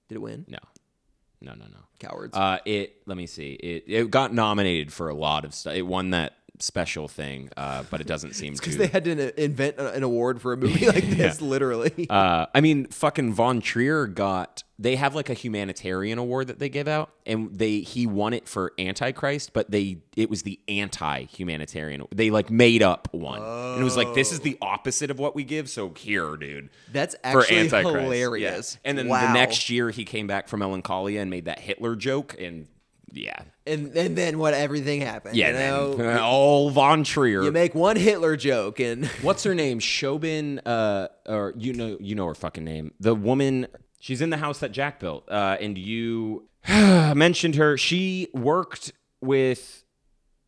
A: Did it win?
E: no no no no
A: Cowards.
E: uh it let me see it it got nominated for a lot of stuff it won that special thing uh but it doesn't seem
A: because
E: to
A: they had to in- invent a- an award for a movie like this, literally.
E: Uh, I mean, fucking Von Trier got. They have like a humanitarian award that they give out, and they he won it for Antichrist, but they it was the anti-humanitarian. They like made up one, and it was like this is the opposite of what we give. So here, dude,
A: Oh. That's
E: for
A: actually
E: Antichrist. Yeah.
A: hilarious.
E: And then
A: Wow.
E: the next year, he came back from Melancholia and made that Hitler joke, and yeah,
A: and and then what everything happened.
E: yeah, uh,
A: you know,
E: man. all Von Trier.
A: you make one Hitler joke and
E: What's her name? Shobin, uh, or you know, you know her fucking name. The woman, she's in the house that Jack built, uh, and you mentioned her. She worked with.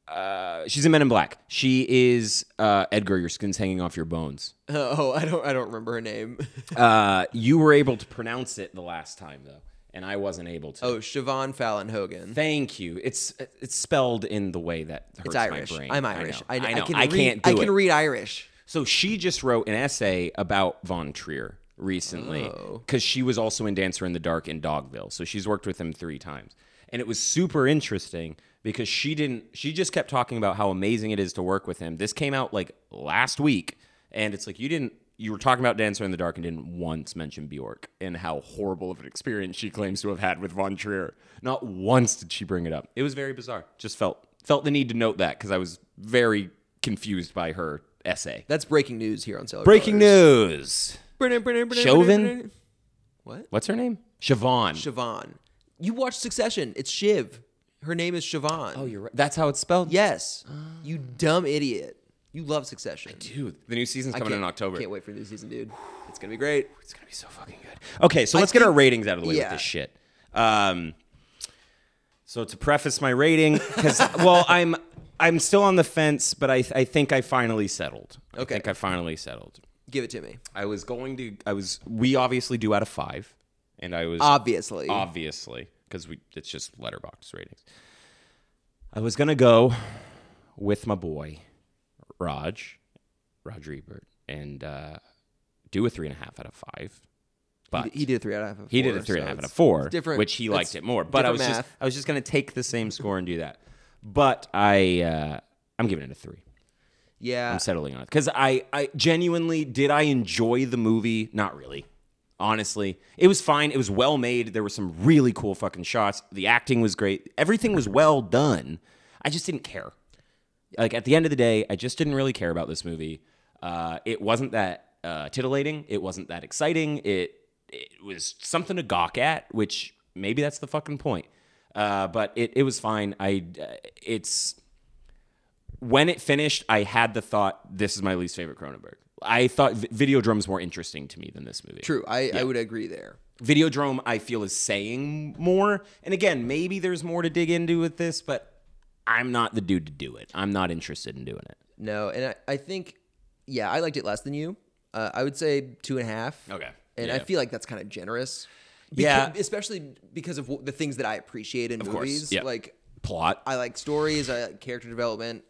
E: Uh, she's in Men in Black. She is uh, Edgar. Your skin's hanging off your bones.
A: oh, I don't I don't remember her name.
E: Uh, you were able to pronounce it the last time though, and I wasn't able to.
A: Oh, Siobhan Fallon Hogan.
E: Thank you. It's it's spelled in the way that hurts
A: It's Irish.
E: my brain.
A: I'm Irish.
E: I know. I, know.
A: can
E: I
A: read,
E: can't do
A: I can
E: it.
A: read Irish.
E: So she just wrote an essay about Von Trier recently because she was also in Dancer in the Dark in Dogville. So she's worked with him three times. And it was super interesting because she didn't, she just kept talking about how amazing it is to work with him. This came out like last week. And it's like, you didn't, you were talking about Dancer in the Dark and didn't once mention Bjork and how horrible of an experience she claims to have had with Von Trier. Not once did she bring it up. It was very bizarre. Just felt, felt the need to note that because I was very confused by her essay.
A: That's breaking news here on Cellar.
E: Breaking news.
A: news.
E: Chauvin?
A: What?
E: What's her name? Siobhan.
A: Siobhan. You watch Succession. It's Shiv. Her name is Siobhan.
E: oh, you're right. That's how it's spelled?
A: Yes. You
E: Ah.
A: dumb idiot. You love Succession.
E: Dude, the new season's coming in
A: can't-
E: October.
A: Can't wait for the new season, dude. It's gonna be great.
E: It's going to be so fucking good. Okay, so let's get our
A: think-
E: ratings out of the way
A: yeah.
E: with this shit. Um, so to preface my rating, because, well, I'm I'm still on the fence, but I, I think I finally settled.
A: Okay.
E: I think I finally settled.
A: Give it to me.
E: I was going to, I was, we obviously do out of five, and I was
A: Obviously.
E: obviously because we it's just letterbox ratings i was gonna go with my boy raj raj ebert and uh do a three and a half out of five but
A: he did a three out of four.
E: he did a three and a half
A: so
E: out of
A: it's-
E: four,
A: it's different.
E: which he liked
A: it's
E: it more. But I was
A: different
E: just
A: math.
E: I was just gonna take the same score and do that. But I uh, I'm giving it a three.
A: yeah.
E: I'm settling on it because I, I genuinely did I enjoy the movie? Not really. Honestly, it was fine. It was well made. There were some really cool fucking shots. The acting was great. Everything was well done. I just didn't care. Like at the end of the day, I just didn't really care about this movie. Uh, it wasn't that uh, titillating. It wasn't that exciting. It it was something to gawk at, which maybe that's the fucking point. Uh, but it, it was fine. I uh, it's when it finished, I had the thought, this is my least favorite Cronenberg. I thought v- Videodrome's more interesting to me than this movie.
A: True. I, I would agree there.
E: Videodrome, I feel, is saying more. And again, maybe there's more to dig into with this, but I'm not the dude to do it. I'm not interested in doing it.
A: No, and I, I think yeah, I liked it less than you. Uh, I would say two and a half.
E: Okay.
A: And I
E: Yeah.
A: feel like that's kind of generous. Beca-
E: Yeah.
A: Especially because of w- the things that I appreciate in
E: Of course,
A: movies.
E: yeah.
A: Like
E: Plot.
A: I like stories. I like character development.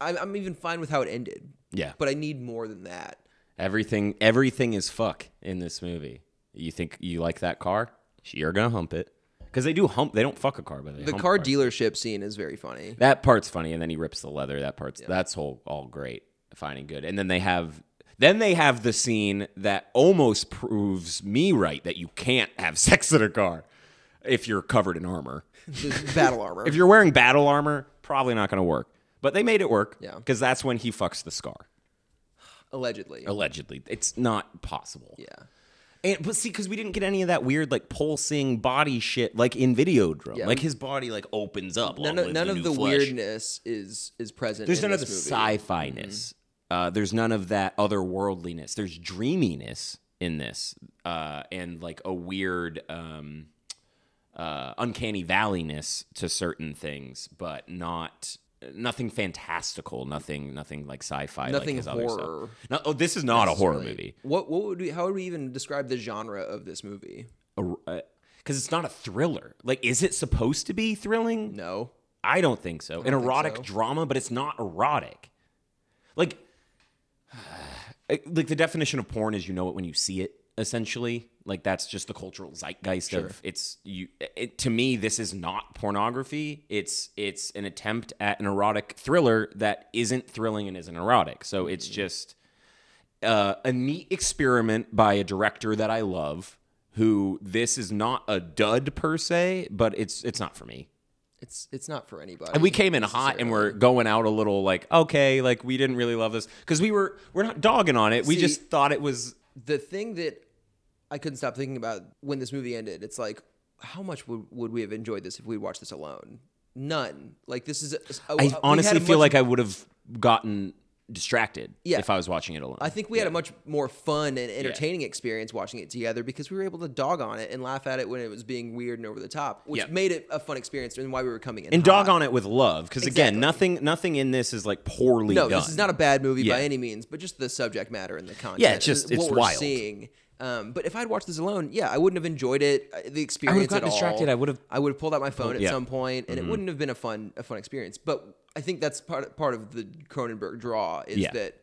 A: I'm, I'm even fine with how it ended.
E: Yeah.
A: But I need more than that.
E: everything everything is fuck in this movie. You think you like that car? You're gonna hump it. Because they do hump they don't fuck a car, but they
A: The
E: hump
A: car
E: cars.
A: dealership scene is very funny.
E: That part's funny, and then he rips the leather. That part's that's whole all great, fine and good. And then they have then they have the scene that almost proves me right that you can't have sex in a car if you're covered in armor.
A: The battle armor.
E: If you're wearing battle armor, probably not going to work. But they made it work,
A: Yeah.
E: because that's when he fucks the scar.
A: allegedly.
E: Allegedly, it's not possible.
A: yeah.
E: And but see, because we didn't get any of that weird like pulsing body shit like in video drum.
A: Yeah.
E: Like his body like opens up.
A: None
E: long
A: of,
E: live
A: none of
E: new
A: the
E: flesh.
A: weirdness is is present.
E: There's
A: in
E: none of the
A: this movie. Mm-hmm.
E: sci-fi-ness. Uh, there's none of that otherworldliness. There's dreaminess in this, uh, and like a weird, um, uh, uncanny valleyness to certain things, but not nothing fantastical. Nothing, nothing like sci-fi. like
A: Nothing
E: his Other
A: horror.
E: stuff. No, oh, this is not a horror movie.
A: What what would we, how would we even describe the genre of this movie?
E: because it's not a thriller. Like, is it supposed to be thrilling?
A: No.
E: I don't think so. An
A: think
E: erotic
A: so.
E: drama, but it's not erotic. Like, like the definition of porn is you know it when you see it. Essentially, like that's just the cultural zeitgeist of it's you. It, to me, this is not pornography. It's it's an attempt at an erotic thriller that isn't thrilling and isn't erotic. So it's just uh, a neat experiment by a director that I love. Who this is not a dud per se, but it's it's not for me.
A: It's it's not for anybody.
E: And we came in hot and we're going out a little like, okay, like we didn't really love this because we were we're not dogging on it. we
A: See-
E: just thought it was
A: the thing that I couldn't stop thinking about when this movie ended, it's like, how much would, would we have enjoyed this if we watched this alone? None. Like this is. A, a- we
E: I
A: had
E: honestly
A: a
E: feel
A: much-
E: like I would have gotten distracted
A: Yeah.
E: if I was watching it alone.
A: I think we had a much more fun and entertaining experience watching it together because we were able to dog on it and laugh at it when it was being weird and over the top, which
E: Yeah.
A: made it a fun experience and why we were coming in.
E: and
A: hot.
E: dog on it with love because again, nothing nothing in this is like poorly
A: No,
E: done.
A: this is not a bad movie by
E: Yeah.
A: any means, but just the subject matter and the content.
E: Yeah, it's just-
A: and what
E: it's
A: we're
E: wild.
A: seeing. Um, but if I'd watched this alone, yeah, I wouldn't have enjoyed it. uh, The experience. at
E: gotten
A: all.
E: distracted. I would have-
A: I would have pulled out my phone at
E: yeah. Mm-hmm.
A: some point, and it wouldn't have been a fun a fun experience. But I think that's part part of the Cronenberg draw is
E: Yeah.
A: that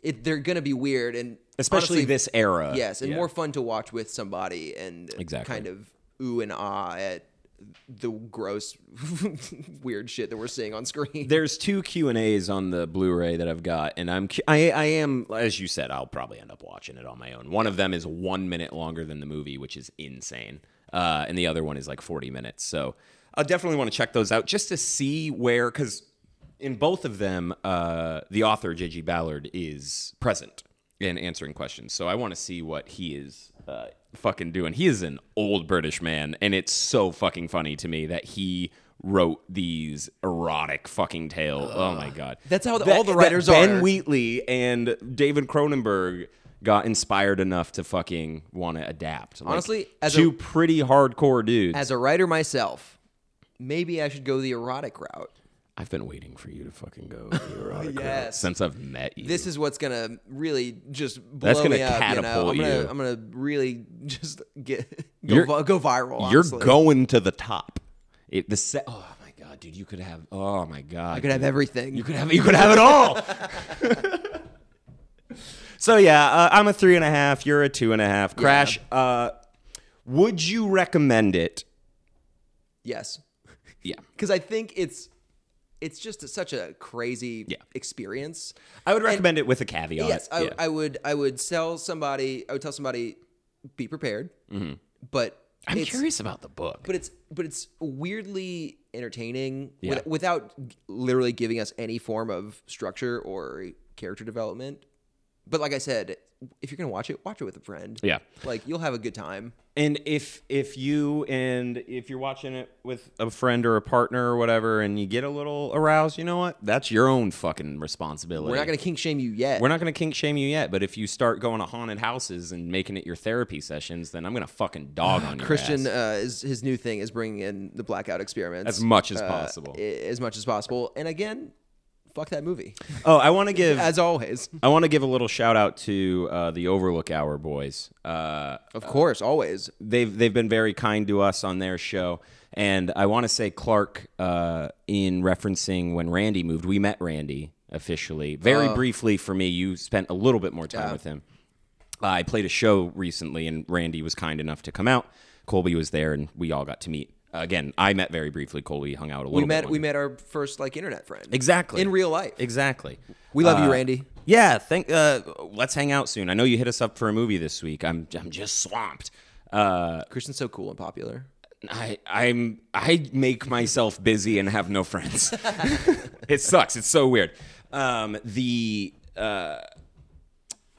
A: it, they're going to be weird and
E: especially
A: honestly,
E: this era.
A: Yes, and
E: Yeah.
A: more fun to watch with somebody and
E: Exactly.
A: kind of ooh and ah at the gross, weird shit that we're seeing on screen.
E: There's two Q and A's on the Blu-ray that I've got, and I'm cu- I I am as you said I'll probably end up watching it on my own. One of them is one minute longer than the movie, which is insane, uh, and the other one is like 40 minutes. So I definitely want to check those out just to see where because in both of them, uh, the author J.G. Ballard is present and answering questions. So I want to see what he is uh, fucking doing. He is an old British man, and it's so fucking funny to me that he wrote these erotic fucking tales. oh my god,
A: That's how the- all the writers
E: ben
A: are.
E: Wheatley and David Cronenberg. Got inspired enough to fucking want to adapt. Like,
A: Honestly, as
E: two
A: a-
E: pretty hardcore dudes.
A: as a writer myself, maybe I should go the erotic route.
E: I've been waiting for you to fucking go the erotic route
A: Yes.
E: since I've met you.
A: This is what's gonna really just blow
E: That's gonna
A: me up.
E: catapult
A: you know, I'm
E: you.
A: gonna, I'm gonna really just get go,
E: You're-
A: vi- go viral.
E: You're
A: honestly.
E: going to the top. It, the se- oh my god, dude, you could have oh my god,
A: I could have everything.
E: you could have you could have it all. so yeah, uh, I'm a three and a half. You're a two and a half. Crash. Uh, would you recommend it?
A: yes,
E: Yeah,
A: because I think it's it's just such a crazy
E: Yeah.
A: experience.
E: I would recommend it with a caveat.
A: Yes, I,
E: Yeah.
A: I would. I would sell somebody. I would tell somebody, be prepared. But
E: Mm-hmm. I'm
A: it's-
E: curious about the book.
A: but it's but it's weirdly entertaining
E: Yeah.
A: with, without g- literally giving us any form of structure or character development. But like I said, if you're gonna watch it, watch it with a friend.
E: Yeah.
A: like you'll have a good time.
E: And if if you and if you're watching it with a friend or a partner or whatever, and you get a little aroused, you know what? That's your own fucking responsibility.
A: We're not gonna kink shame you yet.
E: We're not gonna kink shame you yet, but if you start going to haunted houses and making it your therapy sessions, then I'm gonna fucking dog on you.
A: Christian uh, is his new thing is bringing in the blackout experiments
E: as much as
A: uh,
E: possible.
A: i- as much as possible. And again, fuck that movie
E: oh, I want to give
A: as always.
E: I want to give a little shout out to uh, the Overlook Hour boys. Uh,
A: Of course, always.
E: they've they've been very kind to us on their show. And I want to say Clark, uh, in referencing when Randy moved, we met Randy officially very
A: Oh.
E: briefly. For me, you spent a little bit more time with him. Uh, I played a show recently, and Randy was kind enough to come out. Colby was there, and we all got to meet. Again, I met very briefly. Colby hung out a little.
A: We
E: bit
A: met we
E: longer.
A: met our first like internet friend
E: exactly
A: in real life.
E: Exactly.
A: We love you,
E: Uh,
A: Randy.
E: Yeah, thank. Uh, let's hang out soon. I know you hit us up for a movie this week. I'm I'm just swamped. Uh,
A: Christian's so cool and popular.
E: I I'm I make myself busy and have no friends. it sucks. It's so weird. Um, the uh,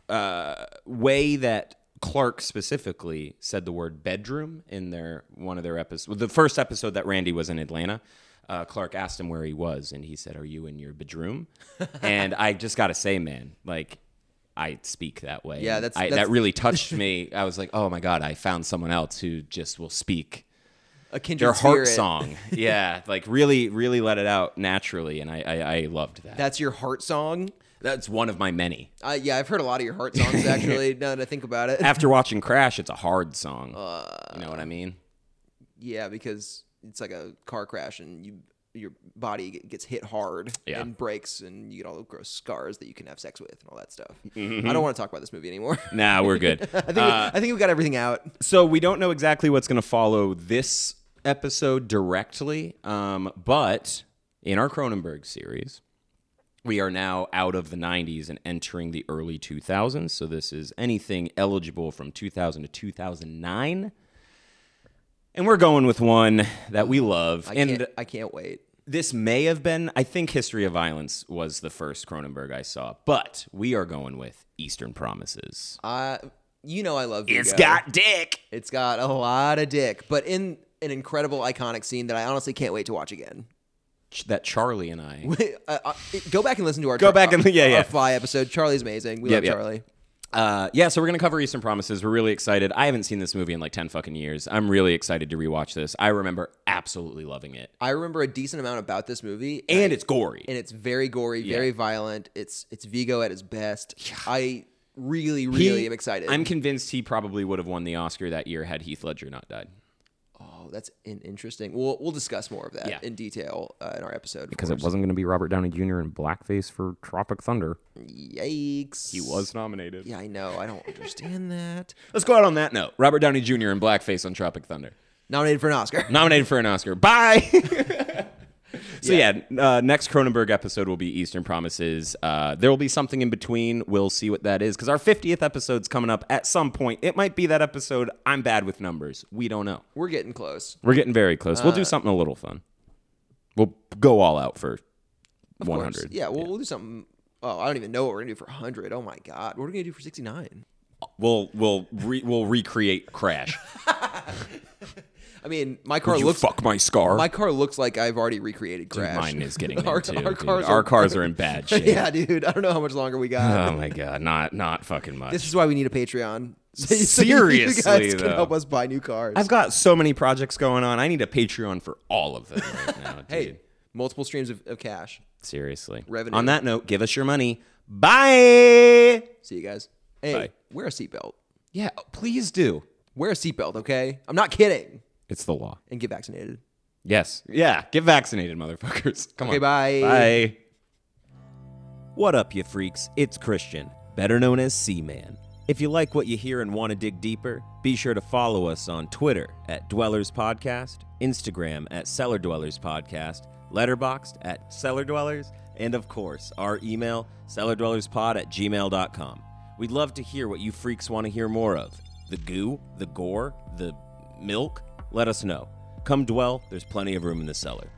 E: uh, way that Clark specifically said the word bedroom in their one of their episodes. The first episode that Randy was in Atlanta, uh, Clark asked him where he was, and he said, "Are you in your bedroom?" and I just gotta say, man, like I speak that way.
A: Yeah, that's-
E: I,
A: that's-
E: that really touched me. I was like, oh my god, I found someone else who just will speak
A: A kindred
E: their heart
A: spirit.
E: song. yeah, like really, really let it out naturally, and I I, I loved that.
A: That's your heart song.
E: That's one of my many.
A: Uh, yeah, I've heard a lot of your heart songs actually. now that I think about it,
E: After watching Crash, it's a hard song.
A: Uh,
E: you know what I mean?
A: yeah, because it's like a car crash and you your body g- gets hit hard
E: Yeah.
A: and breaks and you get all the gross scars that you can have sex with and all that stuff.
E: Mm-hmm.
A: I don't want to talk about this movie anymore.
E: Nah, we're good.
A: I think
E: Uh,
A: we, I think we got everything out.
E: so we don't know exactly what's going to follow this episode directly, um, but in our Cronenberg series, we are now out of the 90s and entering the early 2000s. So this is anything eligible from 2000 to 2009. And we're going with one that we love.
A: I
E: and
A: can't, I can't wait.
E: this may have been, I think History of Violence was the first Cronenberg I saw, but we are going with Eastern Promises.
A: Uh, you know I love Vigo.
E: it's got dick.
A: it's got a lot of dick, but in an incredible iconic scene that I honestly can't wait to watch again.
E: Ch- That Charlie and I.
A: uh, uh, go back and listen to our
E: Go back and- yeah,
A: our
E: yeah.
A: fly episode. Charlie's amazing. We
E: Yep,
A: love
E: yep.
A: Charlie.
E: Uh, yeah, so we're gonna cover Eastern Promises. We're really excited. I haven't seen this movie in like ten fucking years. I'm really excited to rewatch this. I remember absolutely loving it,
A: I remember a decent amount about this movie,
E: and it's gory.
A: and it's very gory, very violent. It's it's Vigo at his best. I really,
E: He-
A: really am excited.
E: I'm convinced he probably would have won the Oscar that year had Heath Ledger not died,
A: oh, that's an interesting. We'll we'll discuss more of that
E: Yeah.
A: in detail uh, in our episode
E: because it wasn't gonna be Robert Downey Jr. in blackface for Tropic Thunder.
A: Yikes!
E: He was nominated.
A: Yeah, I know. I don't understand that.
E: Let's go out on that note. Robert Downey Jr. in blackface on Tropic Thunder.
A: Nominated for an Oscar.
E: nominated for an Oscar. Bye. so yeah, uh, next Cronenberg episode will be Eastern Promises. Uh, there will be something in between. We'll see what that is because our 50th episode's coming up at some point. It might be that episode. I'm bad with numbers. We don't know.
A: We're getting close.
E: We're getting very close. we'll do something a little fun. We'll go all out for
A: Uh, Of course.
E: 100.
A: Yeah, we'll, we'll do something. Oh, I don't even know what we're gonna do for 100. Oh my god, what are we gonna do for 69?
E: We'll we'll re- we'll recreate Crash.
A: I mean, my car
E: you
A: looks
E: fuck my scar.
A: my car looks like I've already recreated
E: Dude,
A: crash.
E: mine is getting
A: Our-
E: there too. dude.
A: our
E: Our,
A: cars
E: cars,
A: are-
E: are, in bad shape.
A: yeah, dude. I don't know how much longer we got.
E: Oh my god, not not fucking much.
A: this is why we need a Patreon. So you-
E: Seriously,
A: so you guys can
E: though.
A: help us buy new cars.
E: I've got so many projects going on. I need a Patreon for all of them right now, dude.
A: hey, multiple streams of, of cash.
E: Seriously.
A: Revenue.
E: On that note, give us your money. Bye.
A: See you guys. Hey,
E: Bye.
A: wear a seatbelt.
E: Yeah, please do.
A: Wear a seatbelt, okay? I'm not kidding.
E: It's the law.
A: And get vaccinated.
E: Yes. Yeah. Get vaccinated, motherfuckers. Come
A: Okay,
E: on.
A: bye.
E: Bye. What up, you freaks? It's Christian, better known as Seaman. If you like what you hear and want to dig deeper, be sure to follow us on Twitter at Dwellers Podcast, Instagram at Cellar Dwellers Podcast, Letterboxd at Cellar Dwellers, and of course, our email, cellardwellerspod at gmail.com. We'd love to hear what you freaks want to hear more of the goo, the gore, the milk. Let us know. Come dwell, there's plenty of room in the cellar.